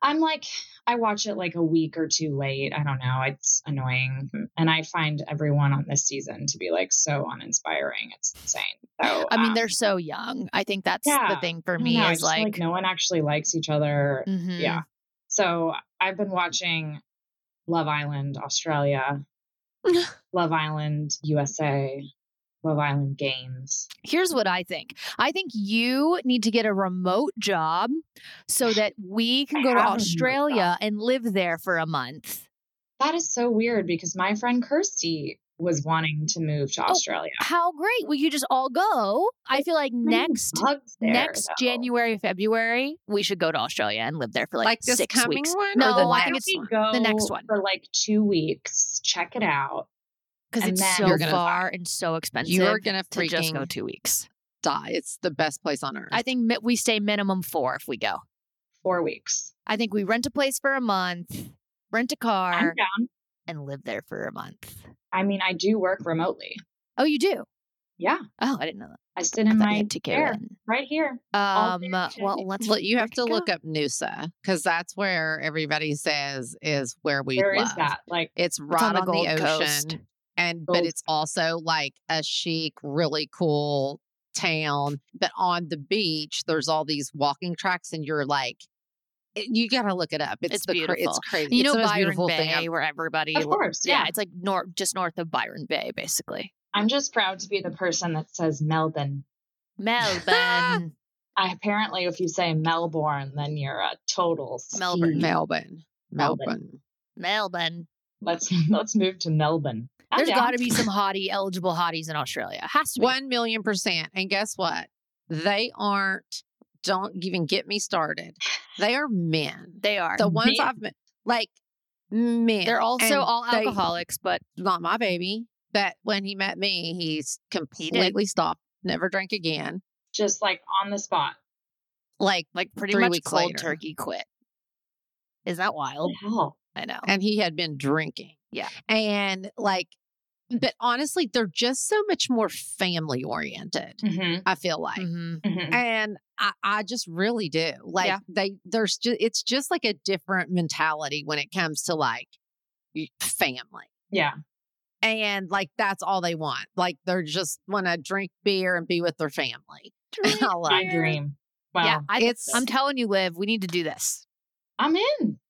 S4: I'm like, I watch it like a week or two late. I don't know. It's annoying.
S1: Mm.
S4: And I find everyone on this season to be like so uninspiring. It's insane. So,
S1: I mean,
S4: um,
S1: they're so young. I think that's the
S4: yeah.
S1: thing for
S4: I don't
S1: me
S4: know, I
S1: is
S4: just feel
S1: like,
S4: no one actually likes each other.
S1: mhm.
S4: Yeah. So I've been watching Love Island Australia, Love Island USA, Love Island Games.
S1: Here's what I think. I think you need to get a remote job so that we can
S4: I
S1: go to
S4: have a remote
S1: Australia and live there for a month.
S4: That is so weird because my friend Kirsty was wanting to move
S1: Oh,
S4: to Australia.
S1: How great. Will you just all go? I feel like next
S4: Bugs there,
S1: next
S4: though.
S1: January, February, we should go to Australia and live there for like,
S2: Like this
S1: six
S2: coming
S1: weeks.
S2: one or
S1: No,
S2: the
S1: oh, I
S2: next
S1: think
S4: Why
S1: it's
S4: don't we go
S1: the next one.
S4: for like two weeks. Check it out.
S1: because
S4: and
S1: it's
S4: then
S1: so
S2: you're gonna-
S1: far and so expensive
S2: You are going to
S1: to just go
S2: freaking
S1: two weeks.
S2: die. It's the best place on earth.
S1: I think mi- we stay minimum four if we go.
S4: Four weeks.
S1: I think we rent a place for a month, rent a
S4: I'm
S1: car,
S4: down.
S1: and live there for a month.
S4: I mean, I do work remotely.
S1: Oh, you do?
S4: Yeah,
S1: Oh, I didn't know that.
S4: I sit
S1: I
S4: in
S1: thought you
S4: my
S1: had to go
S4: chair
S1: in.
S4: right here. all day
S1: Um, uh,
S4: today.
S1: well, let's
S2: Look, you have to
S1: freaking go.
S2: look up Noosa because that's where everybody says is where we
S4: Where is
S2: love.
S4: that? Like,
S2: It's
S1: It's
S2: right on, the,
S1: Gold
S2: ocean,
S1: Coast.
S2: and but
S4: Gold
S2: it's also like a chic, really cool town. But on the beach, there's all these walking tracks, and you're like, it- you got to look it up. It's,
S1: It's
S2: the cra- it's
S1: beautiful.
S2: crazy.
S1: You
S2: it's
S1: know
S2: the most
S1: Byron
S2: beautiful
S1: Bay,
S2: thing. I've-
S1: where everybody.
S4: of course,
S1: yeah.
S4: yeah.
S1: it's like north, just north of Byron Bay, basically.
S4: I'm just proud to be the person that says Melbourne.
S1: Melbourne,
S4: I apparently, if you say Melbourne, then you're a total ski.
S1: Melbourne.
S2: Melbourne,
S4: Melbourne.
S2: Melbourne.
S1: Melbourne.
S4: Let's let's move to Melbourne. I'm
S1: There's
S4: down.
S1: got to be some hottie eligible hotties in Australia. Has to be.
S2: One million percent. And guess what? They aren't. Don't even get me started. They are men.
S1: They are.
S2: The ones
S4: Men.
S2: I've met, like men.
S1: They're
S2: And
S1: also all
S2: they-
S1: alcoholics, but
S2: Not my baby. But when he met me, he's completely stopped. Never drank again.
S4: just like on the spot.
S2: Like,
S1: like pretty
S2: Three
S1: much
S2: weeks
S1: cold
S2: later.
S1: turkey quit. Is that wild?
S4: What the hell?
S1: I know.
S2: and he had been drinking.
S1: Oh. Yeah.
S2: And like, but honestly, they're just so much more family oriented.
S1: Mm.
S4: Mhm,
S2: I feel like.
S1: Mhm.
S4: mhm.
S2: and I, I just really do like
S1: Yeah.
S2: they there's just it's just like a different mentality when it comes to like y- family
S4: Yeah,
S2: and like that's all they want like they're just want to drink beer and be with their family I
S4: my
S2: like-
S4: dream. Well,
S1: yeah, I,
S2: it's
S1: I'm telling you, Liv, we need to do this.
S4: I'm in.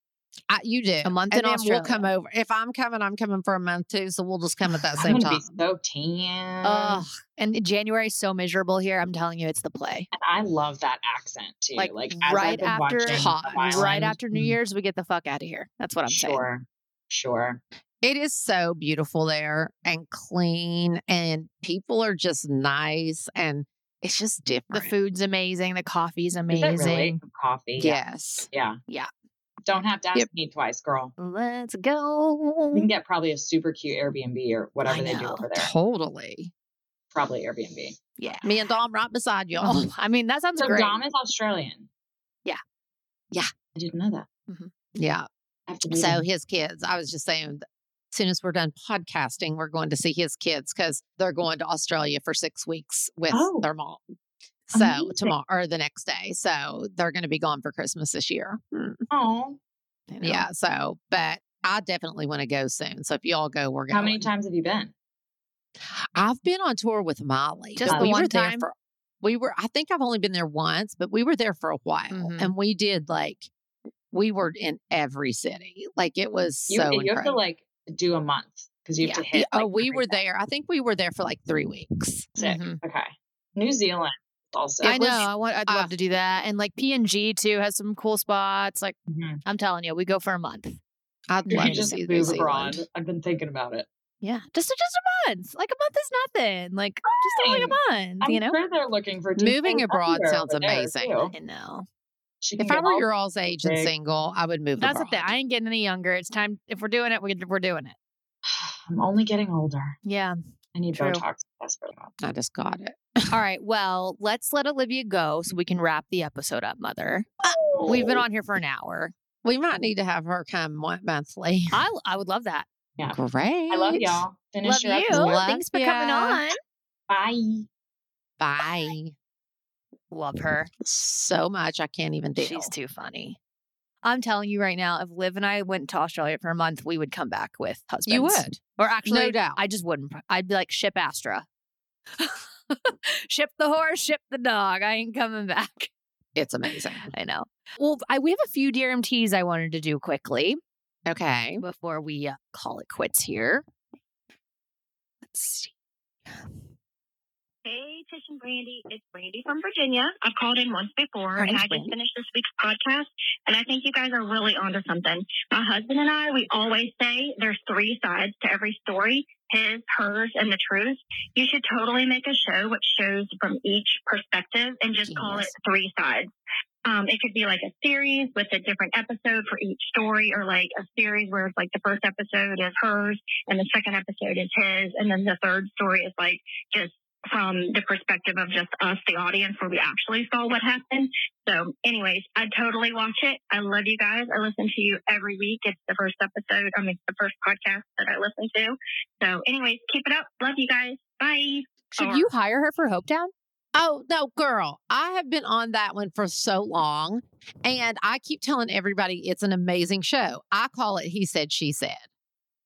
S2: I, you do
S1: A month
S2: and
S1: in
S2: then
S1: Australia.
S2: we'll come over if I'm coming I'm coming for a month too so we'll just come at that
S4: I'm
S2: same
S4: gonna
S2: time
S4: be so
S2: Mm.
S4: tan.
S1: Ugh. And January's so miserable here. I'm telling you, it's the play.
S4: And I love that accent too.
S1: Like,
S4: Like, as
S1: right
S4: I've been
S1: after-
S4: watching
S2: Hot.
S4: Love
S2: Right
S1: Right
S4: Island,
S1: after New
S2: Mm.
S1: Year's, we get the fuck out of here. That's what I'm saying.
S4: sure, sure.
S2: it is so beautiful there and clean and people are just nice and it's just
S1: The
S2: different
S1: food's amazing. The coffee's
S4: Is
S1: amazing.
S4: it really coffee?
S2: yes
S4: yeah,
S1: Yeah.
S4: Don't have to ask
S2: Yep. Mm-hmm.
S4: me twice, girl.
S1: Let's
S4: We
S1: go.
S4: can get probably a super cute Airbnb or
S1: I
S4: whatever they do
S1: know.
S4: over there.
S2: totally
S4: Probably Airbnb.
S1: Yeah.
S2: Me and Dom right beside y'all.
S1: Oh, I mean, that sounds
S4: So
S1: great.
S4: Dom is Australian.
S1: Yeah.
S2: Yeah.
S4: I didn't know that.
S2: Yeah.
S4: I have to meet
S2: So
S4: him.
S2: his kids, I was just saying, as soon as we're done podcasting, we're going to see his kids because they're going to Australia for six weeks with
S4: Oh.
S2: their mom. So
S4: Amazing.
S2: tomorrow or the next day. So they're going to be gone for Christmas this year. Mm,
S4: Oh,
S1: I know.
S2: Yeah. So, but I definitely want to go soon. So if y'all go, we're going.
S4: how many times have you been?
S2: I've been on tour with Molly.
S1: Just
S2: but
S4: the
S2: we
S1: one
S2: were there
S1: time?
S2: for we were I think I've only been there once, but we were there for a while
S4: Mm-hmm.
S1: Mhm.
S2: and we did like we were in every city. Like it was
S4: You,
S2: so
S4: you have to
S2: incredible.
S4: like do a month because you have
S1: Yeah.
S4: to hit.
S2: oh,
S4: like,
S2: we were
S4: everything.
S2: there. I think we were there for like three weeks. Mm-hmm.
S4: Sick.
S1: Mhm.
S4: Okay. New Zealand also.
S1: I know. I want. I'd love
S2: uh,
S1: to do that. And like PNG too has some cool spots. Like
S4: Mhm.
S1: I'm telling you, we go for a month.
S2: I'd
S4: You
S2: love
S4: should
S1: Right.
S2: to
S4: just
S2: see New
S4: move abroad.
S2: Zealand.
S4: I've been thinking about it.
S1: Yeah, just just a month. Like a month is nothing. Like just like a month.
S4: I'm
S1: you know.
S4: sure they're looking for decent
S2: Moving abroad
S4: underwear
S2: sounds
S4: over there,
S2: amazing.
S4: too.
S1: I know.
S4: She can
S2: If I
S4: get
S2: were
S4: all-
S2: your all's age and
S4: big.
S2: single, I would move.
S1: That's the thing.
S2: abroad.
S1: I ain't getting any younger. It's time. If we're doing it, we're, we're doing it.
S4: I'm only getting older.
S1: Yeah.
S4: I need
S1: True.
S4: Botox desperately.
S2: I just got it.
S1: All right. Well, let's let Olivia go so we can wrap the episode up, Mother. We've been on here for an hour.
S2: We might need to have her come one monthly.
S1: I I would love that.
S2: Great.
S4: I love y'all. Finish your
S1: love you.
S4: episode.
S2: Love
S1: Thanks for
S2: ya.
S1: coming on.
S4: Bye.
S2: Bye.
S1: Love her.
S2: So much I can't even deal.
S1: She's too funny. I'm telling you right now, if Liv and I went to Australia for a month, we would come back with husbands.
S2: you would.
S1: Or actually,
S2: No doubt.
S1: I just wouldn't. I'd be like, ship Astra. ship the horse, ship the dog. I ain't coming back.
S2: It's amazing.
S1: I know. Well, I, we have a few DRMTs I wanted to do quickly
S2: Okay.
S1: before we uh, call it quits here. Let's see.
S5: Hey, Tish and Brandy. It's Brandy from Virginia. I've called in once before,
S1: Hi,
S5: and I
S1: Brandy.
S5: just finished this week's podcast, and I think you guys are really onto something. My husband and I, we always say there's three sides to every story his, hers, and the truth. You should totally make a show which shows from each perspective and just call it
S2: Genius.
S5: Three Sides. Um, it could be like a series with a different episode for each story, or like a series where it's like the first episode is hers, and the second episode is his, and then the third story is like just from the perspective of just us, the audience, where we actually saw what happened. So, anyways, I totally watch it. I love you guys. I listen to you every week. It's the first episode. I mean, it's the first podcast that I listen to. So, anyways, keep it up. Love you guys. Bye.
S1: Should
S5: Or-
S1: you hire her for Hope Down?
S2: Oh, no, girl. I have been on that one for so long. And I keep telling everybody it's an amazing show. I call it He Said, She Said.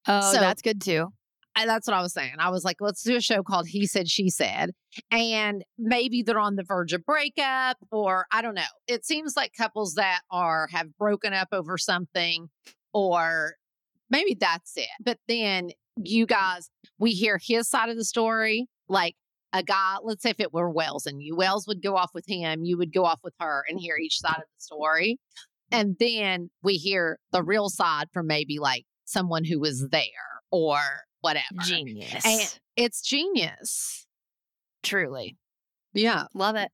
S1: Oh,
S2: So-
S1: that's good too.
S2: And that's what I was saying. I was like, let's do a show called He Said, She Said. And maybe they're on the verge of breakup, or I don't know. It seems like couples that are have broken up over something, or maybe that's it. But then you guys, we hear his side of the story. Like a guy, let's say if it were Wells and you, Wells would go off with him, you would go off with her and hear each side of the story. And then we hear the real side from maybe like someone who was there or whatever.
S1: Genius.
S2: And it's genius.
S1: Truly.
S2: Yeah.
S1: Love it.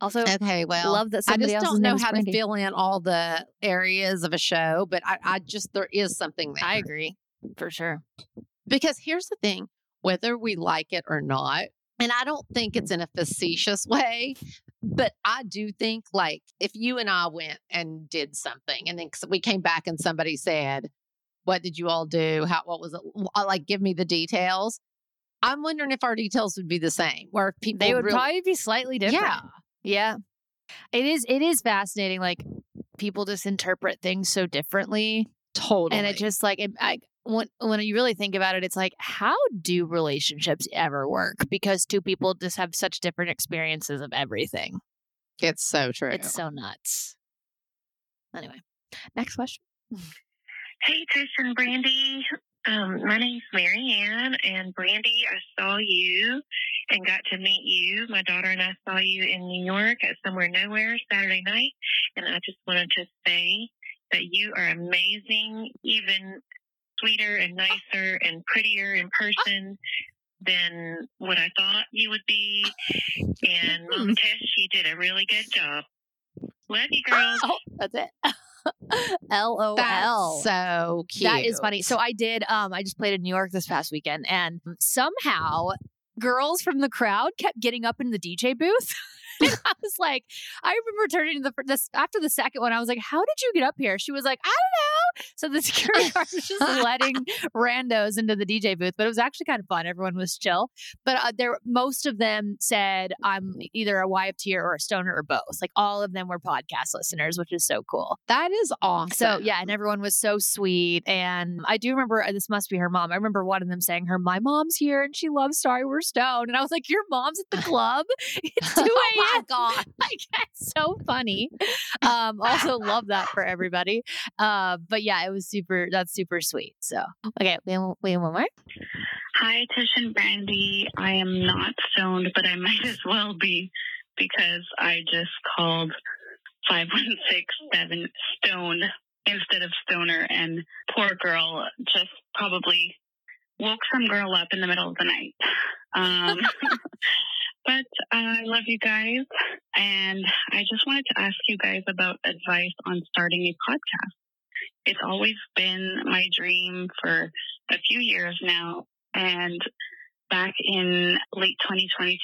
S1: Also,
S2: Okay. Well,
S1: love that
S2: I
S1: somebody
S2: just
S1: else's
S2: don't
S1: name
S2: know
S1: is
S2: how
S1: Brandy.
S2: to fill in all the areas of a show, but I, I just, there is something there.
S1: I agree for sure.
S2: Because here's the thing whether we like it or not, and I don't think it's in a facetious way, but I do think like if you and I went and did something and then s- we came back and somebody said, What did you all do? How, what was it? Wh- Like, give me the details. I'm wondering if our details would be the same, or if people
S1: They would
S2: real-
S1: probably be slightly different.
S2: yeah,
S1: Yeah. It is it is fascinating like people just interpret things so differently
S2: totally.
S1: and it just like it, I when when you really think about it it's like how do relationships ever work because two people just have such different experiences of everything.
S2: it's so true.
S1: It's so nuts. Anyway, next question.
S5: Hey, Tish and Brandy. Um, my name's Marianne, and Brandy, I saw you and got to meet you. My daughter and I saw you in New York at Somewhere Nowhere Saturday night, and I just wanted to say that you are amazing, even sweeter and nicer and prettier in person than what I thought you would be. And Mom Tish, you did a really good job. Love you, girls.
S1: Oh, that's it. LOL.
S2: That's so cute.
S1: That is funny. So I did. Um, I just played in New York this past weekend, and somehow girls from the crowd kept getting up in the DJ booth. and I was like, I remember turning to the fir- this after the second one. I was like, "How did you get up here?" She was like, "I don't know." So the security guard was just letting randos into the DJ booth, but it was actually kind of fun. Everyone was chill, but uh, there most of them said, "I'm e, either a YFT or a stoner or both." Like all of them were podcast listeners, which is so cool.
S2: that is awesome.
S1: So yeah, and everyone was so sweet. And I do remember uh, this must be her mom. I remember one of them saying her, "My mom's here and she loves Sorry We're Stoned." And I was like, "Your mom's at the club? It's two
S2: Oh my
S1: a.m. god! Like that's so funny." Um, also love that for everybody. Uh, but yeah, it was super. That's super sweet. So okay, we have, we have one more.
S5: Hi, Tish and Brandy. I am not stoned, but I might as well be because I just called 5167 Stone instead of Stoner, and poor girl just probably woke some girl up in the middle of the night. Um, but I love you guys, and I just wanted to ask you guys about advice on starting a podcast. It's always been my dream for a few years now. And back in late 2022,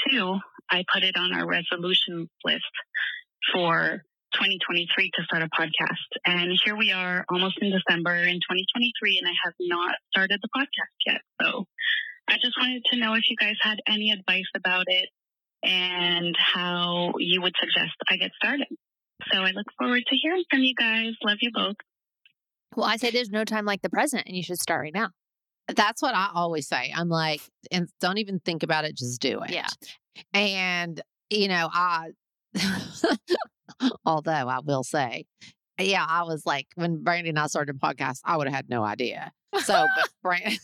S5: I put it on our resolution list for 2023 to start a podcast. And here we are almost in December in 2023, and I have not started the podcast yet. So I just wanted to know if you guys had any advice about it and how you would suggest I get started. So I look forward to hearing from you guys. Love you both.
S1: Well, I say there's no time like the present, and you should start right now.
S2: That's what I always say. I'm like, and don't even think about it, just do it.
S1: Yeah.
S2: And, you know, I, although I will say, yeah, I was like, when Brandy and I started the podcast, I would have had no idea. So, but Brandy,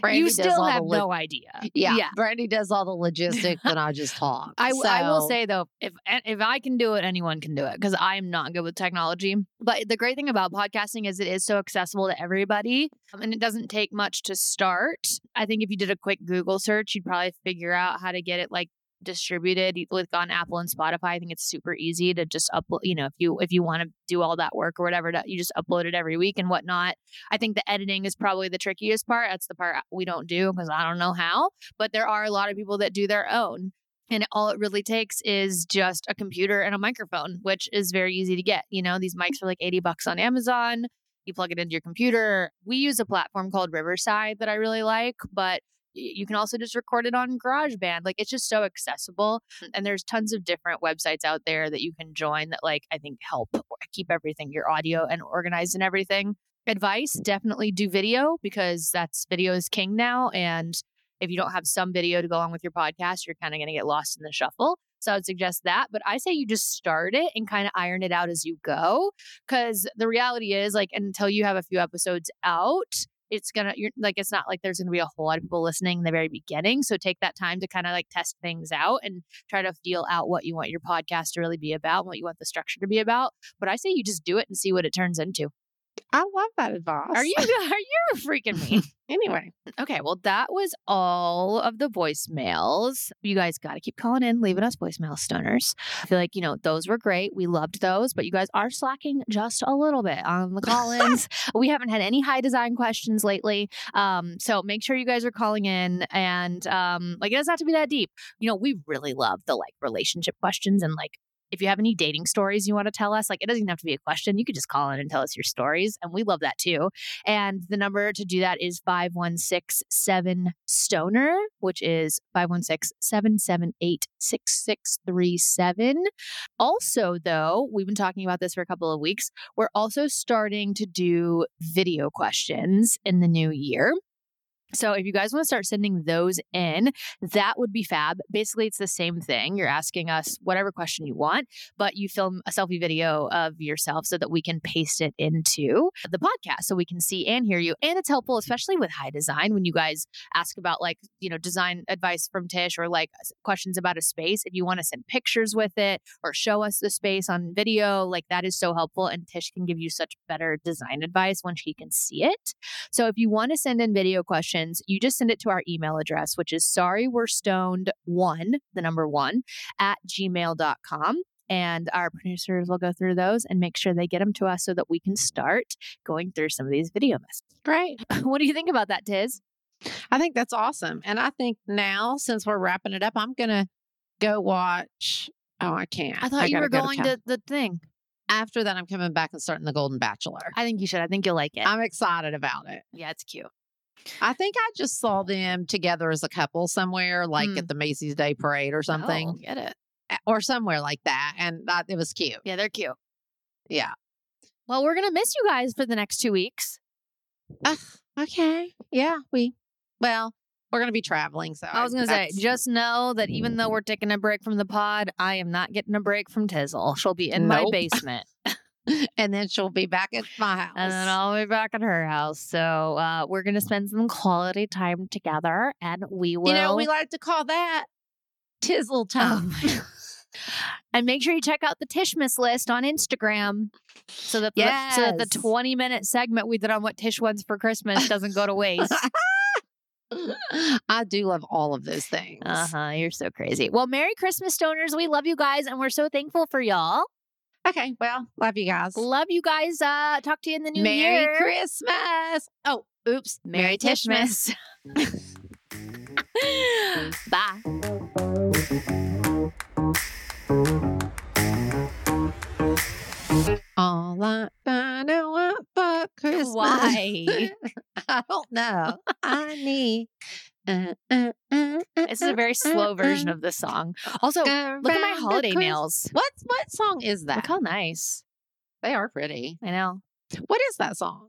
S2: Brandy
S1: you
S2: does
S1: still
S2: all the
S1: have
S2: lo-
S1: no idea.
S2: yeah, Brandy does all the logistics and I just talk.
S1: I, w- I will
S2: So-
S1: say though, if eh, if I can do it, anyone can do it because I am not good with technology. But the great thing about podcasting is it is so accessible to everybody, um, and it doesn't take much to start. I think if you did a quick Google search, you'd probably figure out how to get it like distributed e, like on Apple and Spotify. I think it's super easy to just upload. You know, if you if you want to do all that work or whatever, that you just upload it every week and whatnot. I think the editing is probably the trickiest part. That's the part we don't do because I don't know how. But there are a lot of people that do their own. And all it really takes is just a computer and a microphone, which is very easy to get. You know, these mics are like 80 bucks on Amazon. You plug it into your computer. We use a platform called Riverside that I really like, but y- you can also just record it on GarageBand. Like it's just so accessible. And there's tons of different websites out there that you can join that, like, I think help keep everything, your audio and organized and everything. Advice definitely do video because that's video is king now. And if you don't have some video to go along with your podcast, you're kind of going to get lost in the shuffle. So I would suggest that. But I say you just start it and kind of iron it out as you go. Cause the reality is, like, until you have a few episodes out, it's gonna, you're like, it's not like there's gonna be a whole lot of people listening in the very beginning. So take that time to kind of like test things out and try to feel out what you want your podcast to really be about and what you want the structure to be about. But I say you just do it and see what it turns into.
S2: I love that advice.
S1: Are you, are you freaking me?
S2: Anyway,
S1: Okay, well, that was all of the voicemails. You guys got to keep calling in, leaving us voicemail stoners. I feel like, you know, those were great. We loved those, but you guys are slacking just a little bit on the call ins. we haven't had any high design questions lately. Um, so make sure you guys are calling in and, um, like, it doesn't have to be that deep. You know, we really love the like relationship questions and like, if you have any dating stories you want to tell us, like it doesn't even have to be a question. You could just call in and tell us your stories. And we love that too. And the number to do that is 5167 Stoner, which is 516 778 6637. Also, though, we've been talking about this for a couple of weeks. We're also starting to do video questions in the new year. So, if you guys want to start sending those in, that would be fab. Basically, it's the same thing. You're asking us whatever question you want, but you film a selfie video of yourself so that we can paste it into the podcast so we can see and hear you. And it's helpful, especially with high design, when you guys ask about like, you know, design advice from Tish or like s- questions about a space. If you want to send pictures with it or show us the space on video, like that is so helpful. And Tish can give you such better design advice when she can see it. So if you want to send in video questions, you just send it to our email address, which is sorry we're stoned one, the number one, at gmail.com and our producers will go through those and make sure they get them to us so that we can start going through some of these video messages.
S2: great.
S1: what do you think about that, Tiz?
S2: I think that's awesome. And I think now, since we're wrapping it up, I'm going to go watch. Oh, I can't.
S1: I thought you
S2: gotta
S1: were
S2: go
S1: going
S2: town.
S1: to the thing.
S2: After that, I'm coming back and starting The Golden Bachelor.
S1: I think you should. I think you'll like it.
S2: I'm excited about it.
S1: yeah, it's cute.
S2: I think I just saw them together as a couple somewhere, like
S1: Hmm.
S2: at the Macy's Day Parade or
S1: Oh,
S2: something, eh,
S1: get it.
S2: or somewhere like that. And that, it was cute.
S1: Yeah, they're cute.
S2: Yeah.
S1: Well, we're gonna miss you guys for the next two weeks.
S2: Ugh, okay. Yeah. We, well, we're going to be traveling. So
S1: I was gonna
S2: that's-
S1: say, just know that even though we're taking a break from the pod, I am not getting a break from Tizzle. She'll be in my
S2: Nope.
S1: basement.
S2: and then she'll be back at my house.
S1: And then I'll be back at her house. So uh, we're going to spend some quality time together and we will.
S2: you know, we like to call that tizzle time.
S1: Um, and make sure you check out the Tishmas list on Instagram so that, the, so that the
S2: Yes.
S1: 20 minute segment we did on what Tish wants for Christmas doesn't go to waste.
S2: I do love all of those things.
S1: Uh-huh. uh huh. You're so crazy. Well, Merry Christmas, stoners. We love you guys and we're so thankful for y'all.
S2: Okay. Well, love you guys.
S1: Love you guys. Uh, talk to you in the new
S2: Merry
S1: year.
S2: Christmas. Oh, oops.
S1: Merry Tishmas. Bye.
S2: All I, I know I for Christmas.
S1: Why?
S2: I don't know. I need. Uh, uh, uh, uh,
S1: This is a
S2: uh,
S1: very slow version of this song. Also, look at my
S2: around the
S1: holiday
S2: Christ-
S1: nails.
S2: What what song is
S1: Look
S2: that?
S1: how nice.
S2: They are pretty.
S1: I know.
S2: What is that song?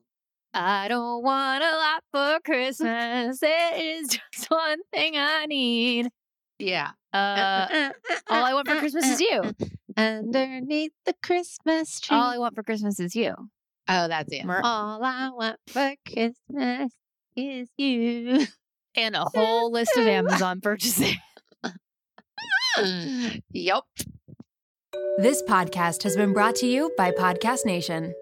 S1: I don't want a lot for Christmas. There is just one thing I need.
S2: Yeah.
S1: Uh, all I want for Christmas is you.
S2: Underneath the Christmas tree.
S1: All I want for Christmas is you.
S2: oh, that's it.
S1: Mer-
S2: all I want for Christmas is you.
S1: And a whole list of Amazon purchases.
S2: yep.
S6: This podcast has been brought to you by Podcast Nation.